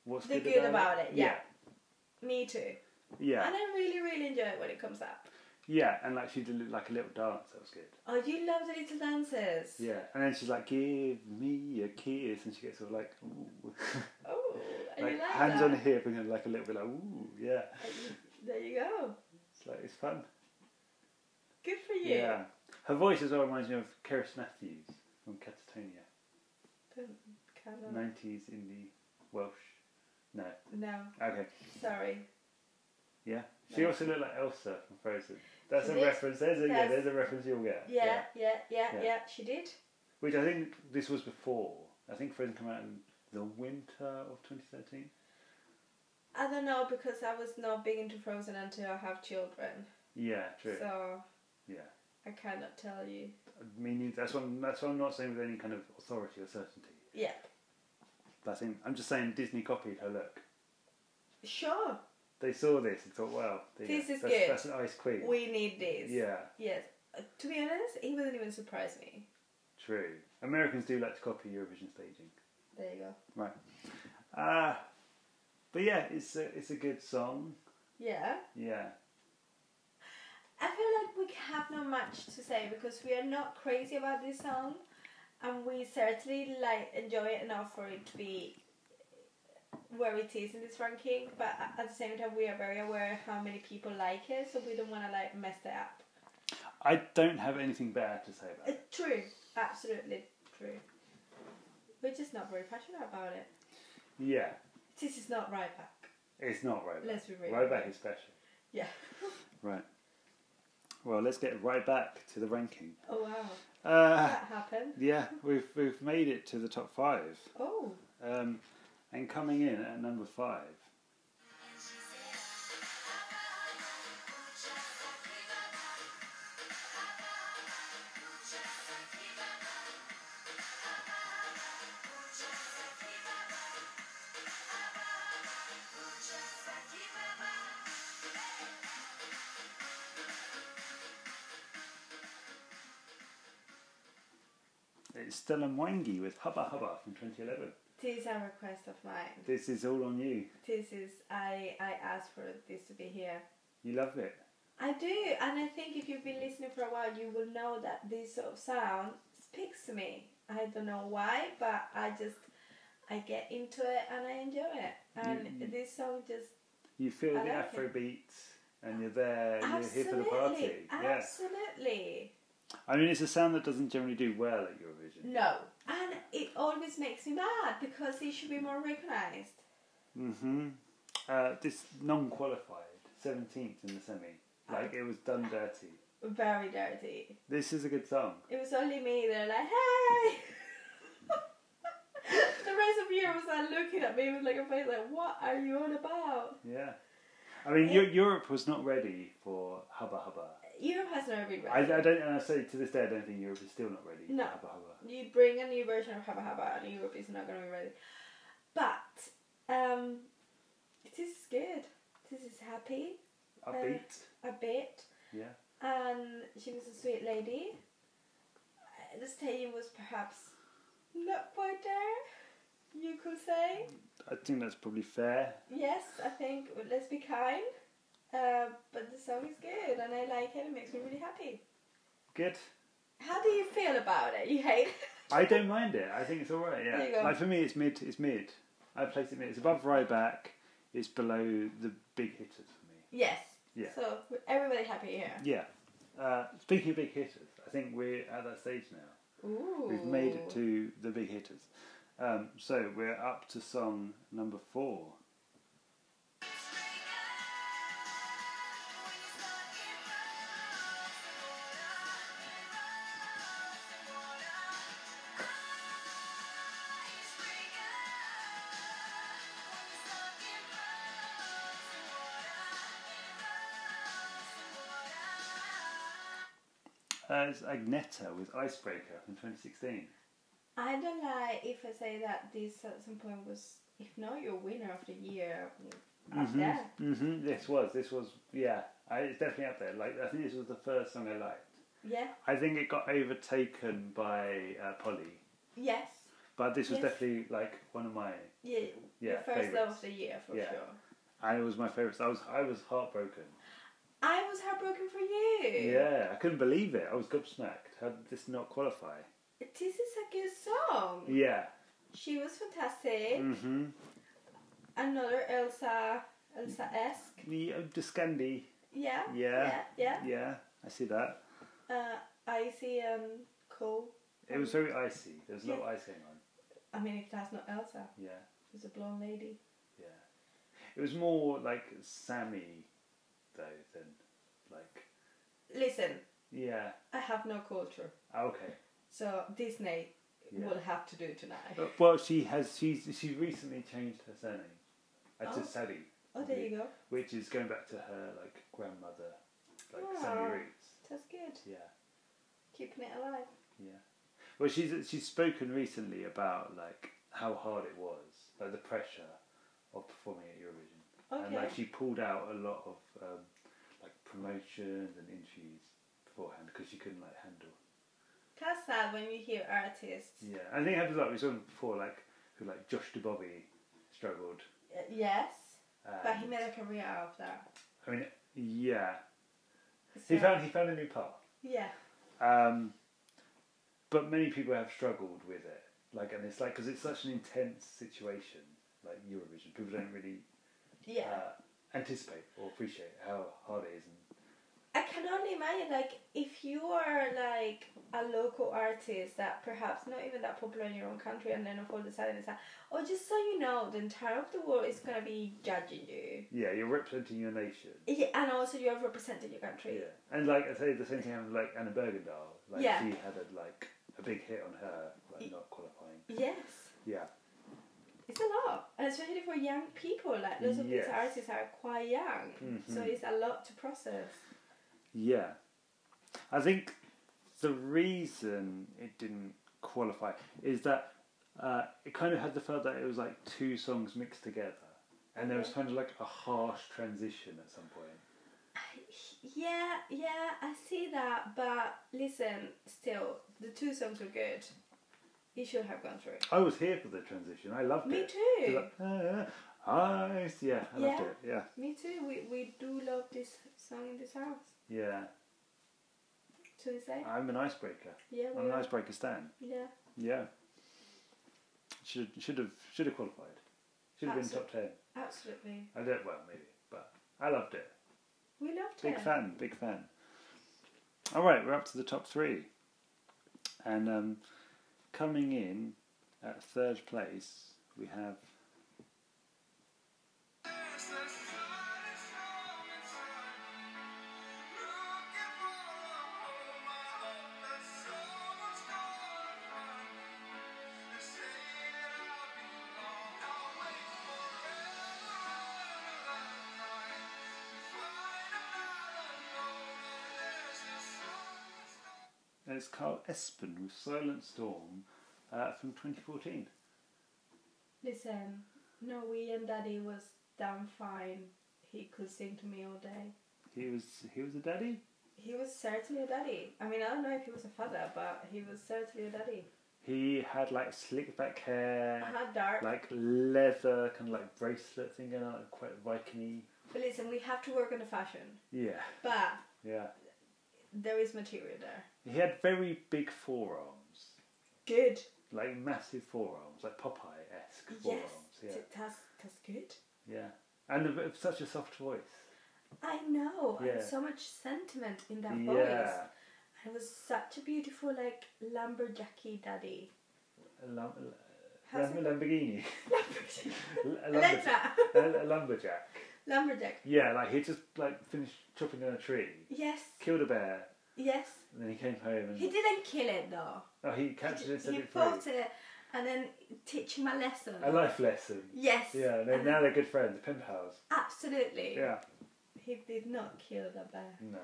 [SPEAKER 2] what's
[SPEAKER 1] The
[SPEAKER 2] good,
[SPEAKER 1] good about it, yeah.
[SPEAKER 2] yeah.
[SPEAKER 1] Me too.
[SPEAKER 2] Yeah,
[SPEAKER 1] And I really, really enjoy it when it comes up.
[SPEAKER 2] yeah, and like she did like a little dance. That was good.
[SPEAKER 1] Oh, you love the little dances.
[SPEAKER 2] Yeah, and then she's like, "Give me a kiss," and she gets all like, ooh.
[SPEAKER 1] Oh, and you
[SPEAKER 2] like
[SPEAKER 1] like
[SPEAKER 2] hands
[SPEAKER 1] that.
[SPEAKER 2] on the hip, and then like a little bit like, "Ooh, yeah."
[SPEAKER 1] There you go.
[SPEAKER 2] It's like it's fun.
[SPEAKER 1] Good for you.
[SPEAKER 2] her voice as well reminds me of Keris Matthews. from Catatonia,
[SPEAKER 1] Don't kind of.
[SPEAKER 2] 90s indie Welsh. No,
[SPEAKER 1] No,
[SPEAKER 2] okay.
[SPEAKER 1] sorry.
[SPEAKER 2] Yeah. She also looked like Elsa from Frozen. That's
[SPEAKER 1] She
[SPEAKER 2] a
[SPEAKER 1] did.
[SPEAKER 2] reference. There's a yeah.
[SPEAKER 1] Yes.
[SPEAKER 2] There's a reference you'll get.
[SPEAKER 1] Yeah, yeah, yeah,
[SPEAKER 2] Yeah.
[SPEAKER 1] yeah. she did.
[SPEAKER 2] Which I think this was before. I think Frozen came out in the winter of 2013.
[SPEAKER 1] I don't know because I was not big into Frozen until I have children.
[SPEAKER 2] Yeah. True.
[SPEAKER 1] So
[SPEAKER 2] Yeah.
[SPEAKER 1] I cannot tell you.
[SPEAKER 2] I mean, that's what, that's what I'm not saying with any kind of authority or certainty.
[SPEAKER 1] Yeah.
[SPEAKER 2] But I think, I'm just saying Disney copied her look.
[SPEAKER 1] Sure.
[SPEAKER 2] They saw this and thought, wow, there you
[SPEAKER 1] This
[SPEAKER 2] go.
[SPEAKER 1] is
[SPEAKER 2] that's,
[SPEAKER 1] good.
[SPEAKER 2] That's an ice queen.
[SPEAKER 1] We need this.
[SPEAKER 2] yeah,
[SPEAKER 1] Yes. Uh, To be honest, it wouldn't even surprise me.
[SPEAKER 2] true. Americans do like to copy Eurovision staging.
[SPEAKER 1] There you go.
[SPEAKER 2] Uh, but yeah, it's a, it's a good song.
[SPEAKER 1] Yeah.
[SPEAKER 2] Yeah,
[SPEAKER 1] I feel like we have not much to say because we are not crazy about this song, and we certainly like enjoy it enough for it to be where it is in this ranking. But a- at the same time, we are very aware how many people like it, so we don't want to like mess it up.
[SPEAKER 2] I don't have anything better to say about
[SPEAKER 1] Uh,
[SPEAKER 2] it.
[SPEAKER 1] true, absolutely true. We're just not very passionate about it.
[SPEAKER 2] Yeah,
[SPEAKER 1] This is not right back.
[SPEAKER 2] it's not Roback.
[SPEAKER 1] Let's be real.
[SPEAKER 2] Roback is special.
[SPEAKER 1] Yeah.
[SPEAKER 2] Right. Well, let's get right back to the ranking.
[SPEAKER 1] Oh wow,
[SPEAKER 2] Uh,
[SPEAKER 1] that happened.
[SPEAKER 2] yeah, we've we've made it to the top five,
[SPEAKER 1] Oh,
[SPEAKER 2] um, and coming in at number five It's Stella Mwangi with Hubba Hubba from 2011.
[SPEAKER 1] this is a request of mine.
[SPEAKER 2] This is all on you.
[SPEAKER 1] This is I I asked for this to be here.
[SPEAKER 2] You love it.
[SPEAKER 1] I do, and I think if you've been listening for a while, you will know that this sort of sound speaks to me. I don't know why, but I just I get into it and I enjoy it. And
[SPEAKER 2] You- you-
[SPEAKER 1] this song just
[SPEAKER 2] You feel
[SPEAKER 1] I like
[SPEAKER 2] the
[SPEAKER 1] it.
[SPEAKER 2] Afro beats and you're there, and you're here for the party.
[SPEAKER 1] absolutely,
[SPEAKER 2] Yeah.
[SPEAKER 1] absolutely.
[SPEAKER 2] I mean, it's a sound that doesn't generally do well at Eurovision.
[SPEAKER 1] No, and it always makes me mad because it should be more recognized.
[SPEAKER 2] hmm Uh, this non qualified, 17th in the semi. Like, it was done dirty.
[SPEAKER 1] Very dirty.
[SPEAKER 2] This is a good song.
[SPEAKER 1] It was only me. They're like, hey. the rest of Europe was like looking at me with like a face like, what are you on about?
[SPEAKER 2] Yeah. I mean, Eu- Europe was not ready for Hubba Hubba.
[SPEAKER 1] Europe has never been
[SPEAKER 2] I,
[SPEAKER 1] ready.
[SPEAKER 2] I don't, and I say to this day, I don't think Europe is still not ready
[SPEAKER 1] No.
[SPEAKER 2] for Hubba Hubba.
[SPEAKER 1] you bring a new version of Habba Habba and Europe is not going to be ready. But um, this is good. This is happy Uh,
[SPEAKER 2] Upbeat.
[SPEAKER 1] a bit.
[SPEAKER 2] Yeah.
[SPEAKER 1] And she was a sweet lady. Uh, The staging was perhaps not quite there, you could say.
[SPEAKER 2] I think that's probably fair.
[SPEAKER 1] Yes, I think let's be kind. Uh, but the song is good and I like it. It makes me really happy.
[SPEAKER 2] Good.
[SPEAKER 1] How do you feel about it? You hate it?
[SPEAKER 2] I don't mind it. I think it's all right. Yeah.
[SPEAKER 1] There you go.
[SPEAKER 2] Like for me, it's mid. It's mid. I place it mid. It's above Ryback. It's below the big hitters for
[SPEAKER 1] Yes.
[SPEAKER 2] Yeah.
[SPEAKER 1] So everybody happy here.
[SPEAKER 2] me. Yeah. Uh, speaking of big hitters, I think we're at that stage now.
[SPEAKER 1] Ooh.
[SPEAKER 2] We've made it to the big hitters. Um, so we're up to song number four. Uh, it's Agneta with Icebreaker from 2016.
[SPEAKER 1] I don't lie if I say that this at some point was, if not your winner of the year, up
[SPEAKER 2] Mhm.
[SPEAKER 1] there.
[SPEAKER 2] hmm This was. This was. Yeah. I, it's definitely up there. Like I think this was the first song I liked.
[SPEAKER 1] Yeah.
[SPEAKER 2] I think it got overtaken by uh, Polly,
[SPEAKER 1] Yes.
[SPEAKER 2] but this was
[SPEAKER 1] Yes.
[SPEAKER 2] definitely like one of my
[SPEAKER 1] Yeah.
[SPEAKER 2] Yeah,
[SPEAKER 1] your first love
[SPEAKER 2] favourites.
[SPEAKER 1] of the year for
[SPEAKER 2] Yeah.
[SPEAKER 1] sure.
[SPEAKER 2] I was my favourite. I was I was heartbroken.
[SPEAKER 1] I was heartbroken for you.
[SPEAKER 2] Yeah, I couldn't believe it. I was gobsmacked. How did this not qualify?
[SPEAKER 1] This is a good song.
[SPEAKER 2] Yeah.
[SPEAKER 1] She was fantastic.
[SPEAKER 2] Mm-hmm.
[SPEAKER 1] Another Elsa, Elsa esque.
[SPEAKER 2] The uh, Discandi.
[SPEAKER 1] Yeah.
[SPEAKER 2] Yeah.
[SPEAKER 1] Yeah.
[SPEAKER 2] Yeah, I see that.
[SPEAKER 1] yeah. Uh, I see um, Cole.
[SPEAKER 2] It was very icy. There was a lot of
[SPEAKER 1] Yeah.
[SPEAKER 2] ice going on.
[SPEAKER 1] I mean, if that's not Elsa,
[SPEAKER 2] Yeah,
[SPEAKER 1] it's a blonde lady.
[SPEAKER 2] yeah. It was more like Sammy, though, than like
[SPEAKER 1] Listen,
[SPEAKER 2] yeah. oh,
[SPEAKER 1] I have no culture,
[SPEAKER 2] Okay.
[SPEAKER 1] so Disney
[SPEAKER 2] Yeah.
[SPEAKER 1] will have to do tonight.
[SPEAKER 2] But, well, she has. She's she recently changed her surname uh, to
[SPEAKER 1] Oh.
[SPEAKER 2] Sally,
[SPEAKER 1] Oh, there you go.
[SPEAKER 2] which is going back to her like grandmother, like
[SPEAKER 1] Ah.
[SPEAKER 2] Sami roots.
[SPEAKER 1] That's good.
[SPEAKER 2] Yeah,
[SPEAKER 1] Keeping it alive.
[SPEAKER 2] yeah. Well, she's she's spoken recently about like how hard it was, like the pressure of performing at Eurovision. And
[SPEAKER 1] Okay.
[SPEAKER 2] like she pulled out a lot of um, like promotions and interviews beforehand because she couldn't like handle.
[SPEAKER 1] That's sad when you hear artists.
[SPEAKER 2] Yeah, I think it happens like we saw before, like who like Josh Dubovy struggled.
[SPEAKER 1] Uh, yes, but he
[SPEAKER 2] and-
[SPEAKER 1] made a career out of that.
[SPEAKER 2] I mean, yeah,
[SPEAKER 1] So-
[SPEAKER 2] he found he found a new path.
[SPEAKER 1] Yeah.
[SPEAKER 2] Um, but many people have struggled with it, like, and it's like because it's such an intense situation, like Eurovision. People don't really
[SPEAKER 1] Yeah.
[SPEAKER 2] uh, anticipate or appreciate how hard it is. And,
[SPEAKER 1] I can only imagine, like, if you are like a local artist that perhaps not even that popular in your own country, and then all of a sudden it's like, oh, just so you know, the entire of the world is gonna be judging you,
[SPEAKER 2] yeah, you're representing your nation.
[SPEAKER 1] yeah, and also you have represented your country.
[SPEAKER 2] Yeah, and like I say, the same thing happened with, like Anna Bergendahl. Like
[SPEAKER 1] Yeah.
[SPEAKER 2] she had a, like a big hit on her, like not qualifying.
[SPEAKER 1] Yes,
[SPEAKER 2] Yeah,
[SPEAKER 1] it's a lot, and especially for young people. Like, lots of
[SPEAKER 2] Yes.
[SPEAKER 1] these artists are quite young, so
[SPEAKER 2] Mhm.
[SPEAKER 1] it's a lot to process.
[SPEAKER 2] yeah. I think the reason it didn't qualify is that uh, it kind of had the feel that it was like two songs mixed together, and there was kind of like a harsh transition at some point.
[SPEAKER 1] Yeah, yeah, I see that, but listen, still, the two songs were good. You should have gone through.
[SPEAKER 2] I was here for the transition. I loved
[SPEAKER 1] Me
[SPEAKER 2] it.
[SPEAKER 1] too.
[SPEAKER 2] It was Like, uh, ice. Yeah, I loved
[SPEAKER 1] Yeah.
[SPEAKER 2] it. Yeah,
[SPEAKER 1] Me too. We we do love this song in this house.
[SPEAKER 2] yeah.
[SPEAKER 1] To this day.
[SPEAKER 2] I'm an icebreaker.
[SPEAKER 1] Yeah,
[SPEAKER 2] Ah, I'm
[SPEAKER 1] we
[SPEAKER 2] an
[SPEAKER 1] are.
[SPEAKER 2] icebreaker stand.
[SPEAKER 1] Yeah.
[SPEAKER 2] Yeah. Should should have should have qualified. Should have been top ten.
[SPEAKER 1] Absolutely.
[SPEAKER 2] I don't well maybe, but I loved it.
[SPEAKER 1] We loved
[SPEAKER 2] Big
[SPEAKER 1] her.
[SPEAKER 2] fan, big fan. All right, we're up to the top three, and um, coming in at third place we have and it's Carl Espen with Silent Storm uh, from 2014.
[SPEAKER 1] Listen, Norwegian daddy was damn fine. He could sing to me all day.
[SPEAKER 2] He was he was a daddy.
[SPEAKER 1] He was certainly a daddy. I mean, I don't know if he was a father, but he was certainly a daddy.
[SPEAKER 2] He had like slick back hair.
[SPEAKER 1] I had dark.
[SPEAKER 2] like leather kind of like bracelet thing going on, like quite Vikingy.
[SPEAKER 1] But listen, we have to work on the fashion.
[SPEAKER 2] Yeah,
[SPEAKER 1] But
[SPEAKER 2] yeah.
[SPEAKER 1] there is material there.
[SPEAKER 2] He had very big forearms,
[SPEAKER 1] Good.
[SPEAKER 2] like massive forearms, like Popeye esque
[SPEAKER 1] Yes.
[SPEAKER 2] forearms. Yeah,
[SPEAKER 1] That's, that's good.
[SPEAKER 2] yeah. And a, bit- such a soft voice.
[SPEAKER 1] I know.
[SPEAKER 2] Yeah.
[SPEAKER 1] And so much sentiment in that voice.
[SPEAKER 2] Yeah,
[SPEAKER 1] It was such a beautiful, like, lumberjacky daddy.
[SPEAKER 2] a lam-
[SPEAKER 1] How's
[SPEAKER 2] lam- Lamborghini, L- a, lumberjack.
[SPEAKER 1] Alexa!
[SPEAKER 2] a, a lumberjack.
[SPEAKER 1] Lumberjack.
[SPEAKER 2] Yeah, like he just like finished chopping down a tree,
[SPEAKER 1] Yes,
[SPEAKER 2] killed a bear,
[SPEAKER 1] yes.
[SPEAKER 2] and then he came home and
[SPEAKER 1] He didn't kill it though.
[SPEAKER 2] oh he
[SPEAKER 1] He-
[SPEAKER 2] captured it and set
[SPEAKER 1] he
[SPEAKER 2] it free.
[SPEAKER 1] fought it and then teach him a lesson.
[SPEAKER 2] A life lesson.
[SPEAKER 1] Yes.
[SPEAKER 2] Yeah, and then
[SPEAKER 1] and
[SPEAKER 2] now they're good friends, pen pals.
[SPEAKER 1] Absolutely.
[SPEAKER 2] Yeah.
[SPEAKER 1] He did not kill the bear.
[SPEAKER 2] No.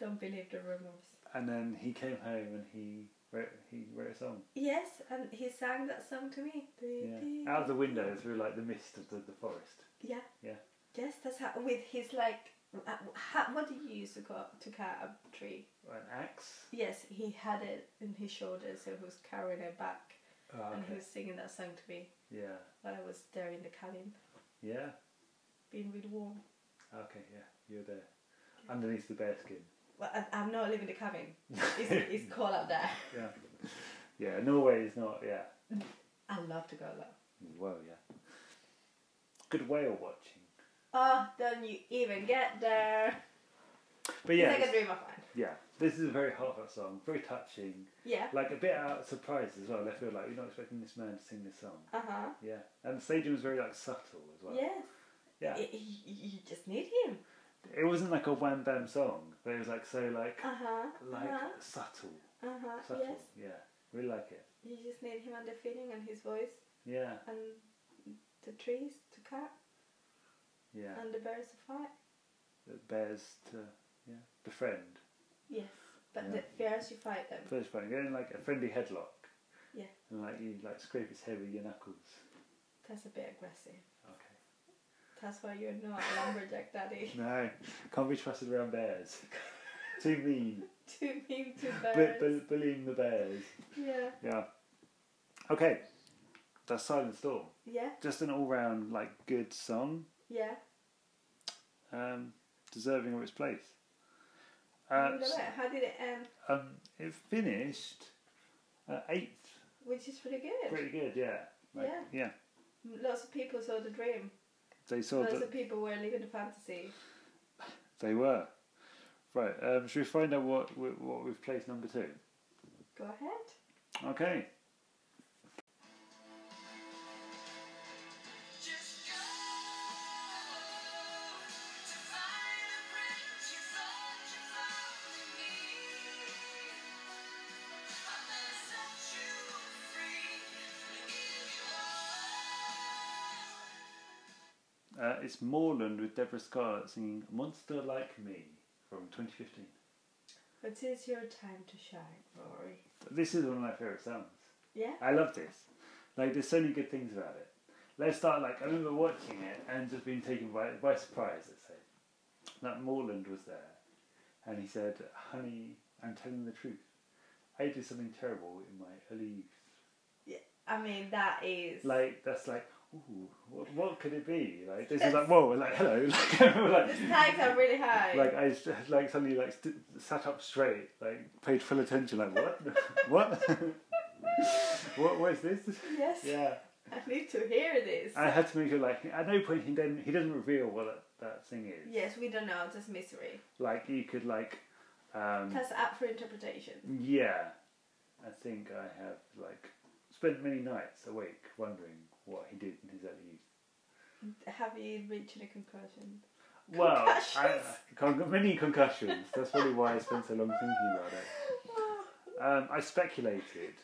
[SPEAKER 1] Don't believe the rumors.
[SPEAKER 2] And then he came home and he wrote he wrote a song.
[SPEAKER 1] Yes, and he sang that song to me.
[SPEAKER 2] Yeah. Out of the window through like the mist of the, the forest.
[SPEAKER 1] Yeah.
[SPEAKER 2] Yeah.
[SPEAKER 1] Yes, that's how. With his like, uh, ha- what do you use to cut to cut a tree?
[SPEAKER 2] An axe.
[SPEAKER 1] Yes, he had it in his shoulders, so he was carrying it back,
[SPEAKER 2] Oh,
[SPEAKER 1] and he
[SPEAKER 2] okay.
[SPEAKER 1] was singing that song to me
[SPEAKER 2] Yeah.
[SPEAKER 1] while I was there in the cabin,
[SPEAKER 2] Yeah.
[SPEAKER 1] being really warm.
[SPEAKER 2] Okay, yeah. You're there. Underneath the bearskin.
[SPEAKER 1] Well, I, I'm not leaving the cabin. It's, it's cold out there.
[SPEAKER 2] Yeah. Yeah, Norway is not yeah.
[SPEAKER 1] I love to go though.
[SPEAKER 2] Well yeah. Good whale watching.
[SPEAKER 1] Oh, don't you even get there?
[SPEAKER 2] But yeah,
[SPEAKER 1] it's like a
[SPEAKER 2] it's-
[SPEAKER 1] dream of mine.
[SPEAKER 2] yeah, this is a very heartfelt song, very touching,
[SPEAKER 1] Yeah.
[SPEAKER 2] like a bit out of surprise as well. I feel like you're not expecting this man to sing this song.
[SPEAKER 1] Uh huh.
[SPEAKER 2] Yeah, and the staging was very like subtle as well.
[SPEAKER 1] Yes.
[SPEAKER 2] Yeah.
[SPEAKER 1] Y- y- you just need him.
[SPEAKER 2] It wasn't like a wham bam song, but it was like so like
[SPEAKER 1] Uh huh.
[SPEAKER 2] like
[SPEAKER 1] uh-huh.
[SPEAKER 2] subtle,
[SPEAKER 1] Uh huh.
[SPEAKER 2] subtle.
[SPEAKER 1] Yes.
[SPEAKER 2] Yeah, really like it.
[SPEAKER 1] You just need him and the feeling and his voice
[SPEAKER 2] Yeah,
[SPEAKER 1] and the trees to cut
[SPEAKER 2] yeah.
[SPEAKER 1] and the birds to fight. Uh,
[SPEAKER 2] The bears to yeah befriend.
[SPEAKER 1] Yes. But
[SPEAKER 2] Yeah.
[SPEAKER 1] the fierce you fight them.
[SPEAKER 2] First one, getting like a friendly headlock.
[SPEAKER 1] Yeah.
[SPEAKER 2] And like you like scrape its head with your knuckles.
[SPEAKER 1] That's a bit aggressive.
[SPEAKER 2] Okay.
[SPEAKER 1] That's why you're not a lumberjack daddy.
[SPEAKER 2] No, can't be trusted around bears. Too mean.
[SPEAKER 1] too mean to
[SPEAKER 2] Bu-
[SPEAKER 1] birds.
[SPEAKER 2] bu- bullying the bears.
[SPEAKER 1] yeah.
[SPEAKER 2] Yeah. Okay. That's Silent Storm.
[SPEAKER 1] Yeah.
[SPEAKER 2] Just an all-round like good song.
[SPEAKER 1] Yeah.
[SPEAKER 2] um, deserving of its place.
[SPEAKER 1] I
[SPEAKER 2] Uh,
[SPEAKER 1] love it. How did it end?
[SPEAKER 2] um, it finished uh, eighth,
[SPEAKER 1] Which is pretty good.
[SPEAKER 2] pretty good, yeah.
[SPEAKER 1] Yeah.
[SPEAKER 2] yeah.
[SPEAKER 1] Lots of people saw the dream.
[SPEAKER 2] They saw
[SPEAKER 1] Lots
[SPEAKER 2] that
[SPEAKER 1] of people were living the fantasy.
[SPEAKER 2] they were right. Um, should we find out what we- what we've placed number two?
[SPEAKER 1] Go ahead.
[SPEAKER 2] Okay,
[SPEAKER 3] Just go to find a friend you thought you found in me. I'm gonna set you free and give you all.
[SPEAKER 2] uh, it's Moreland with Deborah Scarlett singing "Monster Like Me" from 2015.
[SPEAKER 1] It is your time to shine, Rory.
[SPEAKER 2] This is one of my favorite songs.
[SPEAKER 1] Yeah?
[SPEAKER 2] I love this. Like, there's so many good things about it. Let's start, like, I remember watching it and just being taken by, by surprise, let's say. That Moreland was there and he said, Honey, I'm telling the truth. I did something terrible in my early youth.
[SPEAKER 1] I mean, that is.
[SPEAKER 2] Like, that's like, ooh, what, what could it be? Like, this is like, whoa, like, hello. Like, I
[SPEAKER 1] the
[SPEAKER 2] remember, like,
[SPEAKER 1] tags are really high.
[SPEAKER 2] like I s- like suddenly like st- sat up straight, like paid full attention, like what, what, what, what is this?
[SPEAKER 1] yes.
[SPEAKER 2] Yeah,
[SPEAKER 1] I need to hear this.
[SPEAKER 2] I had to make sure, like, at no point he then he doesn't reveal what that, that thing is.
[SPEAKER 1] yes, we don't know. Just mystery.
[SPEAKER 2] Like you could like, um,
[SPEAKER 1] That's up for interpretation.
[SPEAKER 2] yeah. I think I have like spent many nights awake wondering what he did in his early youth.
[SPEAKER 1] Have you reached a conclusion?
[SPEAKER 2] Well, I,
[SPEAKER 1] Concussions.
[SPEAKER 2] con- many concussions. That's probably why I spent so long thinking about it. Um, I speculated,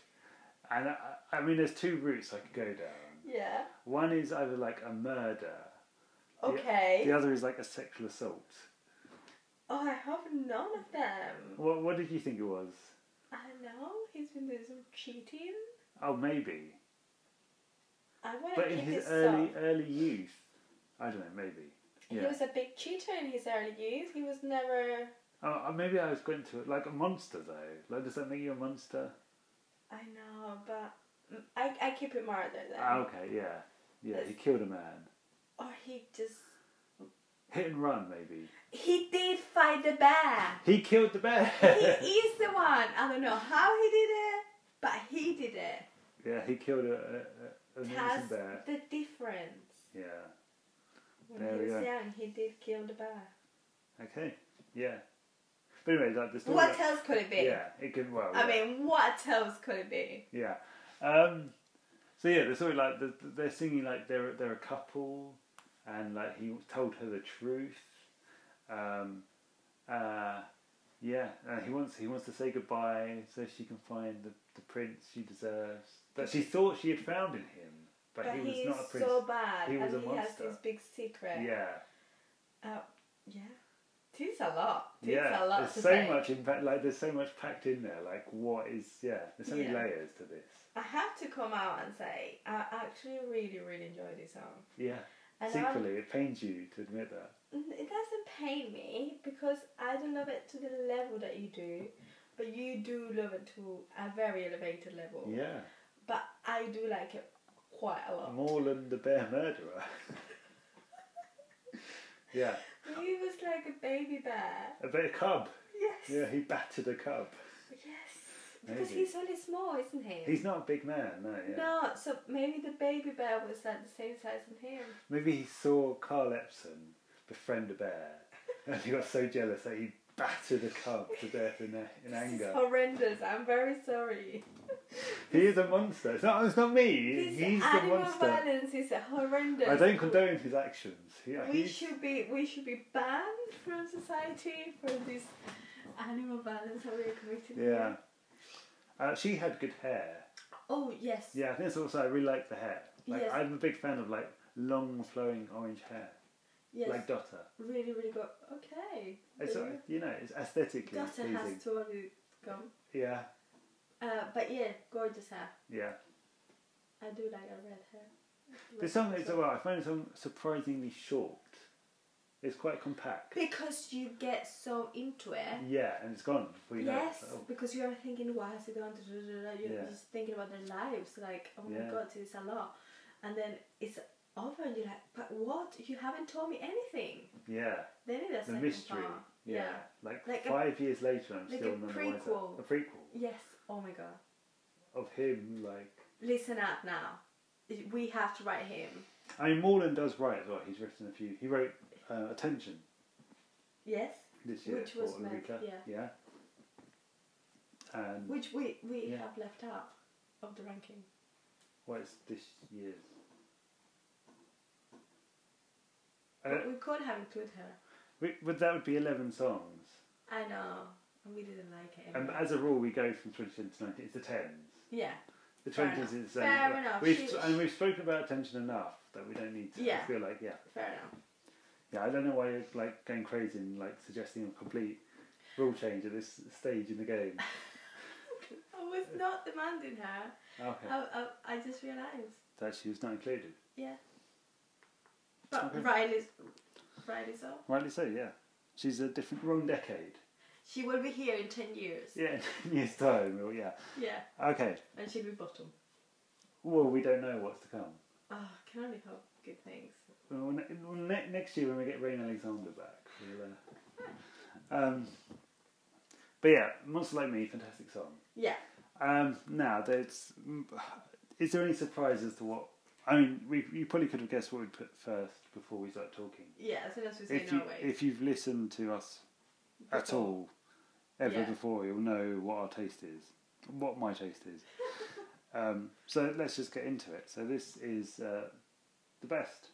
[SPEAKER 2] and I, I mean, there's two routes I could go down.
[SPEAKER 1] yeah.
[SPEAKER 2] One is either like a murder.
[SPEAKER 1] Okay.
[SPEAKER 2] The other is like a sexual assault.
[SPEAKER 1] Oh, I hope none of them.
[SPEAKER 2] What what did you think it was?
[SPEAKER 1] I know he's been doing some cheating.
[SPEAKER 2] Oh, maybe.
[SPEAKER 1] I want to
[SPEAKER 2] But
[SPEAKER 1] keep
[SPEAKER 2] in
[SPEAKER 1] his
[SPEAKER 2] his
[SPEAKER 1] soul.
[SPEAKER 2] early early youth, I don't know. Maybe.
[SPEAKER 1] He
[SPEAKER 2] Yeah.
[SPEAKER 1] was a big cheater in his early years. He was never.
[SPEAKER 2] Oh, oh, maybe I was going to like a monster though. Like, does that make you a monster?
[SPEAKER 1] I know, but mm, I, I keep it murder then.
[SPEAKER 2] Ah, okay. Yeah. Yeah. He
[SPEAKER 1] It's-
[SPEAKER 2] killed a man.
[SPEAKER 1] Or Oh, he just.
[SPEAKER 2] Hit and run, maybe.
[SPEAKER 1] He did fight the bear!
[SPEAKER 2] He killed the bear.
[SPEAKER 1] he is the one! I don't know how he did it, but he did it.
[SPEAKER 2] yeah, he killed a, a, a an
[SPEAKER 1] That's
[SPEAKER 2] innocent bear.
[SPEAKER 1] the difference.
[SPEAKER 2] Yeah.
[SPEAKER 1] When
[SPEAKER 2] There
[SPEAKER 1] he
[SPEAKER 2] we
[SPEAKER 1] was
[SPEAKER 2] go.
[SPEAKER 1] young, he did kill the bear.
[SPEAKER 2] Okay. Yeah. But anyway, like the story.
[SPEAKER 1] What else could it be?
[SPEAKER 2] yeah, it could. Well,
[SPEAKER 1] I
[SPEAKER 2] yeah.
[SPEAKER 1] mean, what else could it be?
[SPEAKER 2] Yeah. Um, so yeah, they're sort of like they're, they're singing like they're they're a couple, and like he told her the truth. Um, uh, yeah, and he wants he wants to say goodbye so she can find the, the prince she deserves that she thought she had found in him, but,
[SPEAKER 1] But
[SPEAKER 2] he was
[SPEAKER 1] he
[SPEAKER 2] not a
[SPEAKER 1] is
[SPEAKER 2] prince.
[SPEAKER 1] so bad,
[SPEAKER 2] He was
[SPEAKER 1] and
[SPEAKER 2] a
[SPEAKER 1] he has
[SPEAKER 2] monster.
[SPEAKER 1] this big secret.
[SPEAKER 2] yeah,
[SPEAKER 1] Oh, yeah. Tis a lot. Tis
[SPEAKER 2] yeah.
[SPEAKER 1] a lot
[SPEAKER 2] There's
[SPEAKER 1] to
[SPEAKER 2] so
[SPEAKER 1] say.
[SPEAKER 2] much impact. Like there's so much packed in there. Like what is yeah? There's so many
[SPEAKER 1] Yeah.
[SPEAKER 2] layers to this.
[SPEAKER 1] I have to come out and say I actually really, really enjoy this song.
[SPEAKER 2] Yeah.
[SPEAKER 1] And I'm-
[SPEAKER 2] Secretly, it pains you to admit that.
[SPEAKER 1] it doesn't pain me because I don't love it to the level that you do, but you do love it to a very elevated level.
[SPEAKER 2] Yeah.
[SPEAKER 1] But I do like it quite a lot.
[SPEAKER 2] Moreland the Bear Murderer. yeah,
[SPEAKER 1] He was like a baby bear.
[SPEAKER 2] a bear cub.
[SPEAKER 1] Yes.
[SPEAKER 2] Yeah, he battered a cub.
[SPEAKER 1] Yes. Because
[SPEAKER 2] Maybe.
[SPEAKER 1] he's only small, isn't he?
[SPEAKER 2] He's not a big man, no. Yeah.
[SPEAKER 1] No, so maybe the baby bear was like the same size as him.
[SPEAKER 2] Maybe he saw Carl Epson befriend a bear, and he got so jealous that he batter the cub to death in, a- in
[SPEAKER 1] This is
[SPEAKER 2] anger.
[SPEAKER 1] horrendous. I'm very sorry.
[SPEAKER 2] He is a monster. It's not, it's not me.
[SPEAKER 1] This
[SPEAKER 2] he's the
[SPEAKER 1] animal
[SPEAKER 2] monster.
[SPEAKER 1] violence is horrendous.
[SPEAKER 2] I don't condone his actions. He,
[SPEAKER 1] We
[SPEAKER 2] he's,
[SPEAKER 1] should be we should be banned from society for this animal violence that we're committing.
[SPEAKER 2] yeah. Uh, she had good hair.
[SPEAKER 1] Oh yes.
[SPEAKER 2] Yeah, I think it's also I really like the hair. Like
[SPEAKER 1] Yes.
[SPEAKER 2] I'm a big fan of like long flowing orange hair,
[SPEAKER 1] Yes.
[SPEAKER 2] like Dotter.
[SPEAKER 1] really, really good. Okay.
[SPEAKER 2] It's uh,
[SPEAKER 1] Really?
[SPEAKER 2] you know it's aesthetically
[SPEAKER 1] Daughter
[SPEAKER 2] pleasing.
[SPEAKER 1] has to already come.
[SPEAKER 2] Yeah,
[SPEAKER 1] Uh, but yeah, gorgeous hair.
[SPEAKER 2] yeah.
[SPEAKER 1] I do like a red hair.
[SPEAKER 2] This song is well, I find the song surprisingly short. It's quite compact.
[SPEAKER 1] Because you get so into it.
[SPEAKER 2] Yeah, and it's gone before you know Oh, it.
[SPEAKER 1] Yes,
[SPEAKER 2] It's like,
[SPEAKER 1] because you are thinking, why is it going to do do- do- do?" You're
[SPEAKER 2] Yeah.
[SPEAKER 1] just thinking about their lives, like, oh my
[SPEAKER 2] Yeah.
[SPEAKER 1] god, it's a lot. And then it's over, and you're like, but what? You haven't told me anything.
[SPEAKER 2] oh, yeah,
[SPEAKER 1] Then it's
[SPEAKER 2] the mystery. Yeah. like,
[SPEAKER 1] Like a-
[SPEAKER 2] five years later, I'm
[SPEAKER 1] like
[SPEAKER 2] still
[SPEAKER 1] a
[SPEAKER 2] not aware of that.
[SPEAKER 1] prequel.
[SPEAKER 2] A prequel
[SPEAKER 1] Yes, oh my god.
[SPEAKER 2] of him. Like,
[SPEAKER 1] Listen up now. We have to write him.
[SPEAKER 2] I mean, Morland does write as well. He's written a few. He wrote uh, Attention
[SPEAKER 1] Yes?
[SPEAKER 2] this year
[SPEAKER 1] Which
[SPEAKER 2] for
[SPEAKER 1] was meant-
[SPEAKER 2] Eureka.
[SPEAKER 1] yeah.
[SPEAKER 2] yeah. And
[SPEAKER 1] Which we, we
[SPEAKER 2] Mm. Yeah.
[SPEAKER 1] have left out of the ranking.
[SPEAKER 2] Well, it's this year's.
[SPEAKER 1] But
[SPEAKER 2] Uh,
[SPEAKER 1] we could have included her.
[SPEAKER 2] we, but that would be 11 songs.
[SPEAKER 1] I know. And we didn't like it.
[SPEAKER 2] And
[SPEAKER 1] anyway.
[SPEAKER 2] as a rule, we go from 2010 to 90. It's the 10s.
[SPEAKER 1] yeah.
[SPEAKER 2] The
[SPEAKER 1] Fair
[SPEAKER 2] 20s
[SPEAKER 1] enough.
[SPEAKER 2] is. um,
[SPEAKER 1] Fair enough.
[SPEAKER 2] We've,
[SPEAKER 1] She-
[SPEAKER 2] and we've spoken about attention enough that we don't need to.
[SPEAKER 1] Yeah.
[SPEAKER 2] I feel like, yeah.
[SPEAKER 1] Fair enough.
[SPEAKER 2] Yeah, I don't know why you're like, going crazy and like suggesting a complete rule change at this stage in the game.
[SPEAKER 1] I was not demanding her.
[SPEAKER 2] Okay.
[SPEAKER 1] I, I, I just realised.
[SPEAKER 2] That she was not included.
[SPEAKER 1] Yeah. But
[SPEAKER 2] Okay.
[SPEAKER 1] Riley's, Riley's off.
[SPEAKER 2] Rightly so, yeah. She's a different, wrong decade.
[SPEAKER 1] She will be here in 10 years.
[SPEAKER 2] Yeah, in years' time. well, Yeah.
[SPEAKER 1] Yeah.
[SPEAKER 2] Okay.
[SPEAKER 1] And she'll be bottom.
[SPEAKER 2] Well, we don't know what's to come.
[SPEAKER 1] Oh, can only hope good things.
[SPEAKER 2] Well, ne- well, ne- next year when we get Rain Alexander back, we'll. Uh, um, but yeah, Monster Like Me, fantastic song.
[SPEAKER 1] Yeah.
[SPEAKER 2] Um, now, there's, mm, is there any surprise as to what? I mean, we you probably could have guessed what we would put first before we start talking.
[SPEAKER 1] Yeah, as soon as we say
[SPEAKER 2] If you
[SPEAKER 1] Norway.
[SPEAKER 2] if you've listened to us at
[SPEAKER 1] Before.
[SPEAKER 2] all ever
[SPEAKER 1] Yeah.
[SPEAKER 2] before, you'll know what our taste is, what my taste is. um, so let's just get into it. So this is uh, the best.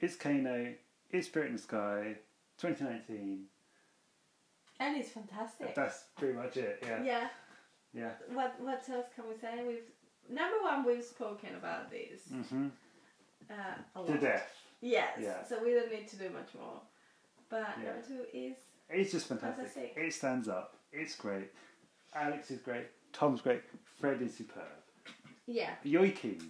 [SPEAKER 2] It's Kano. It's Spirit in the Sky. 2019.
[SPEAKER 1] and it's fantastic.
[SPEAKER 2] That's pretty much it. Yeah. Yeah.
[SPEAKER 1] yeah. What What else can we say? We've number one. We've spoken about this
[SPEAKER 2] Mm-hmm.
[SPEAKER 1] uh, a lot.
[SPEAKER 2] To death.
[SPEAKER 1] Yes.
[SPEAKER 2] Yeah.
[SPEAKER 1] So we don't need to do much more. But
[SPEAKER 2] Yeah.
[SPEAKER 1] number two is
[SPEAKER 2] It's just fantastic.
[SPEAKER 1] Fantastic.
[SPEAKER 2] It stands up. It's great. Alex is great. Tom's great. Fred is superb.
[SPEAKER 1] yeah.
[SPEAKER 2] Yoiking.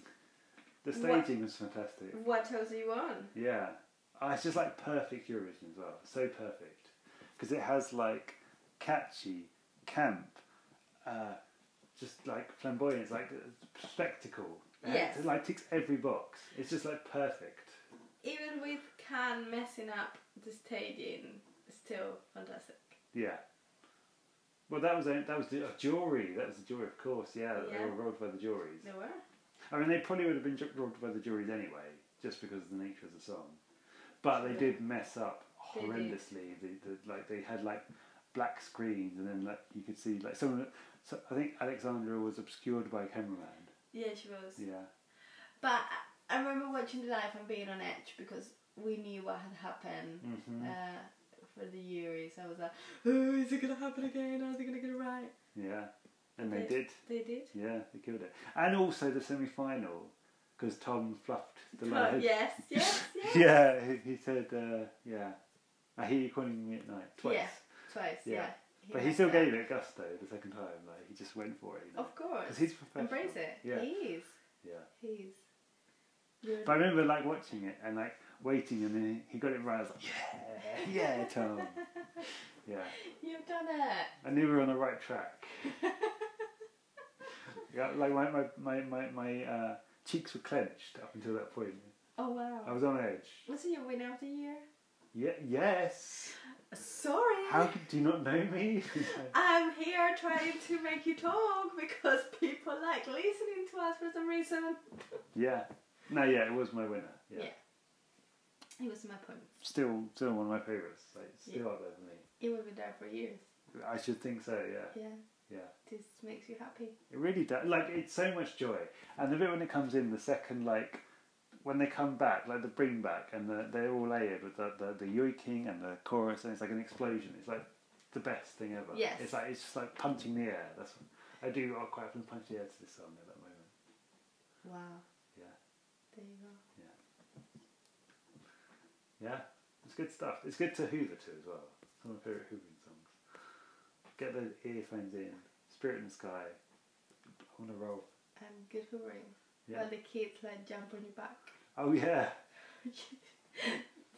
[SPEAKER 2] The
[SPEAKER 1] What-
[SPEAKER 2] staging was fantastic.
[SPEAKER 1] What else are you on?
[SPEAKER 2] Yeah. Ah, it's just like perfect Eurovision as well. So perfect. Because it has like catchy, camp, uh, just like flamboyant, it's like uh, spectacle. It
[SPEAKER 1] Yes.
[SPEAKER 2] It like ticks every box. It's just like perfect.
[SPEAKER 1] Even with Can messing up the staging, still fantastic.
[SPEAKER 2] Yeah. Well, that was a, that was the, a jury. That was the jury, of course. Yeah, that they
[SPEAKER 1] Yeah.
[SPEAKER 2] were robbed by the juries.
[SPEAKER 1] There were.
[SPEAKER 2] I mean, they probably would have been ju- robbed by the juries anyway, just because of the nature of the song. But they did mess up
[SPEAKER 1] They did.
[SPEAKER 2] horrendously. The, the, like they had like black screens, and then like you could see like someone. So I think Alexandra was obscured by a cameraman.
[SPEAKER 1] Yeah, she was.
[SPEAKER 2] Yeah.
[SPEAKER 1] But I- I remember watching the live and being on edge because we knew what had happened
[SPEAKER 2] Mhm.
[SPEAKER 1] uh, for the Euros. I was like, oh, is it gonna happen again? Are they gonna get it right?
[SPEAKER 2] Yeah. And they
[SPEAKER 1] They-
[SPEAKER 2] did.
[SPEAKER 1] They did.
[SPEAKER 2] Yeah, they killed it. And also the semi-final, because Tom fluffed the
[SPEAKER 1] Oh,
[SPEAKER 2] line.
[SPEAKER 1] yes, yes, yes.
[SPEAKER 2] yeah, he- he said, uh, yeah. I hear you calling me at night twice.
[SPEAKER 1] Yeah, Twice, yeah.
[SPEAKER 2] Yeah. but he
[SPEAKER 1] has
[SPEAKER 2] still
[SPEAKER 1] that.
[SPEAKER 2] gave it gusto the second time. Like he just went for it. You know?
[SPEAKER 1] Of course.
[SPEAKER 2] 'Cause he's professional.
[SPEAKER 1] Embrace it.
[SPEAKER 2] Yeah.
[SPEAKER 1] He is.
[SPEAKER 2] Yeah.
[SPEAKER 1] He is. You're
[SPEAKER 2] But I remember like watching it and like waiting, and then he got it right. I was like, yeah, yeah, Tom. yeah.
[SPEAKER 1] You've done it.
[SPEAKER 2] I knew we were on the right track. Yeah, like my my my my, my uh, cheeks were clenched up until that point.
[SPEAKER 1] oh
[SPEAKER 2] I
[SPEAKER 1] wow.
[SPEAKER 2] was on edge.
[SPEAKER 1] So you win out a year.
[SPEAKER 2] Yeah. Yes.
[SPEAKER 1] Sorry.
[SPEAKER 2] How could- do you not know me?
[SPEAKER 1] I'm here trying to make you talk because people like listening to us for some reason.
[SPEAKER 2] yeah. No. Yeah. It was my winner. Yeah.
[SPEAKER 1] Yeah. It was my point.
[SPEAKER 2] Still, still one of my favorites. Like, still
[SPEAKER 1] Yeah.
[SPEAKER 2] out there for
[SPEAKER 1] It will be there for years.
[SPEAKER 2] me. I should think so. Yeah.
[SPEAKER 1] Yeah.
[SPEAKER 2] Yeah.
[SPEAKER 1] This makes you happy.
[SPEAKER 2] It really does. Like it's so much joy, and the bit when it comes in, the second like when they come back, like the bring back, and the, they're all layered with the, the the yoiking and the chorus, and it's like an explosion. It's like the best thing ever.
[SPEAKER 1] Yes.
[SPEAKER 2] It's like it's just like punching the air. That's I do oh, quite often punch the air to this song at that moment.
[SPEAKER 1] Wow.
[SPEAKER 2] Yeah.
[SPEAKER 1] There you go.
[SPEAKER 2] Yeah, it's good stuff. It's good to Hoover too as well. It's one of my favorite Hoovering songs. Get those earphones in. Spirit in the sky. On a roll.
[SPEAKER 1] And good hoovering.
[SPEAKER 2] Yeah.
[SPEAKER 1] While the kids like jump on your back.
[SPEAKER 2] Oh yeah.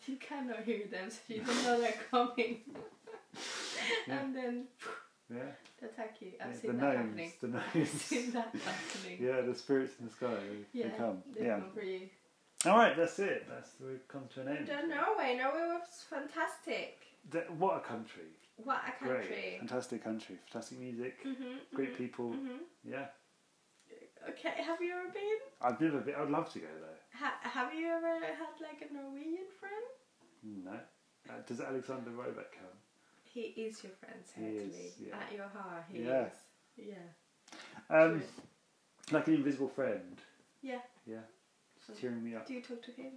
[SPEAKER 1] you cannot hear them, so you don't know they're coming.
[SPEAKER 2] Yeah.
[SPEAKER 1] And then
[SPEAKER 2] Yeah.
[SPEAKER 1] they attack you. I've
[SPEAKER 2] Yeah,
[SPEAKER 1] seen
[SPEAKER 2] the
[SPEAKER 1] that happening.
[SPEAKER 2] gnomes. The
[SPEAKER 1] I've
[SPEAKER 2] gnomes.
[SPEAKER 1] seen that happening.
[SPEAKER 2] Yeah, the spirits in the sky. They, they come.
[SPEAKER 1] they
[SPEAKER 2] Yeah.
[SPEAKER 1] come for you.
[SPEAKER 2] All right, that's it. That's we've come to an
[SPEAKER 1] We've
[SPEAKER 2] end.
[SPEAKER 1] done Norway. Norway was fantastic.
[SPEAKER 2] Th- what a country!
[SPEAKER 1] What a
[SPEAKER 2] Great,
[SPEAKER 1] country.
[SPEAKER 2] fantastic country, fantastic music,
[SPEAKER 1] Mm-hmm,
[SPEAKER 2] great people.
[SPEAKER 1] hmm
[SPEAKER 2] Yeah,
[SPEAKER 1] Okay, have you ever been?
[SPEAKER 2] I've never been. I'd love to go though.
[SPEAKER 1] Ha- have you ever had like a Norwegian friend?
[SPEAKER 2] No, uh, does Alexander Roback come?
[SPEAKER 1] He is your friend,
[SPEAKER 2] He is,
[SPEAKER 1] certainly.
[SPEAKER 2] yeah.
[SPEAKER 1] At your heart, he
[SPEAKER 2] Yeah.
[SPEAKER 1] is. Yeah.
[SPEAKER 2] Um,
[SPEAKER 1] Sure.
[SPEAKER 2] like an invisible friend.
[SPEAKER 1] Yeah.
[SPEAKER 2] Yeah,
[SPEAKER 1] So
[SPEAKER 2] cheering me up.
[SPEAKER 1] do you talk to him?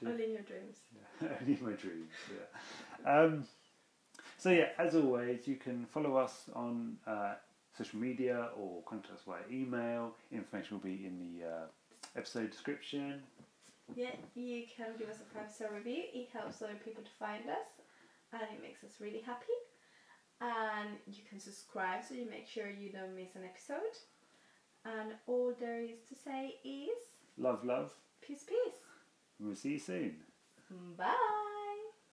[SPEAKER 2] Do-
[SPEAKER 1] Only in your dreams.
[SPEAKER 2] Only my dreams. Yeah. Um, so yeah, as always, you can follow us on uh, social media or contact us via email. Information will be in the uh, episode description.
[SPEAKER 1] Yeah, you can give us a five star review. It helps other people to find us and it makes us really happy. And you can subscribe so you make sure you don't miss an episode. And all there is to say is
[SPEAKER 2] Love, love.
[SPEAKER 1] peace, peace.
[SPEAKER 2] We'll see you soon.
[SPEAKER 1] Bye.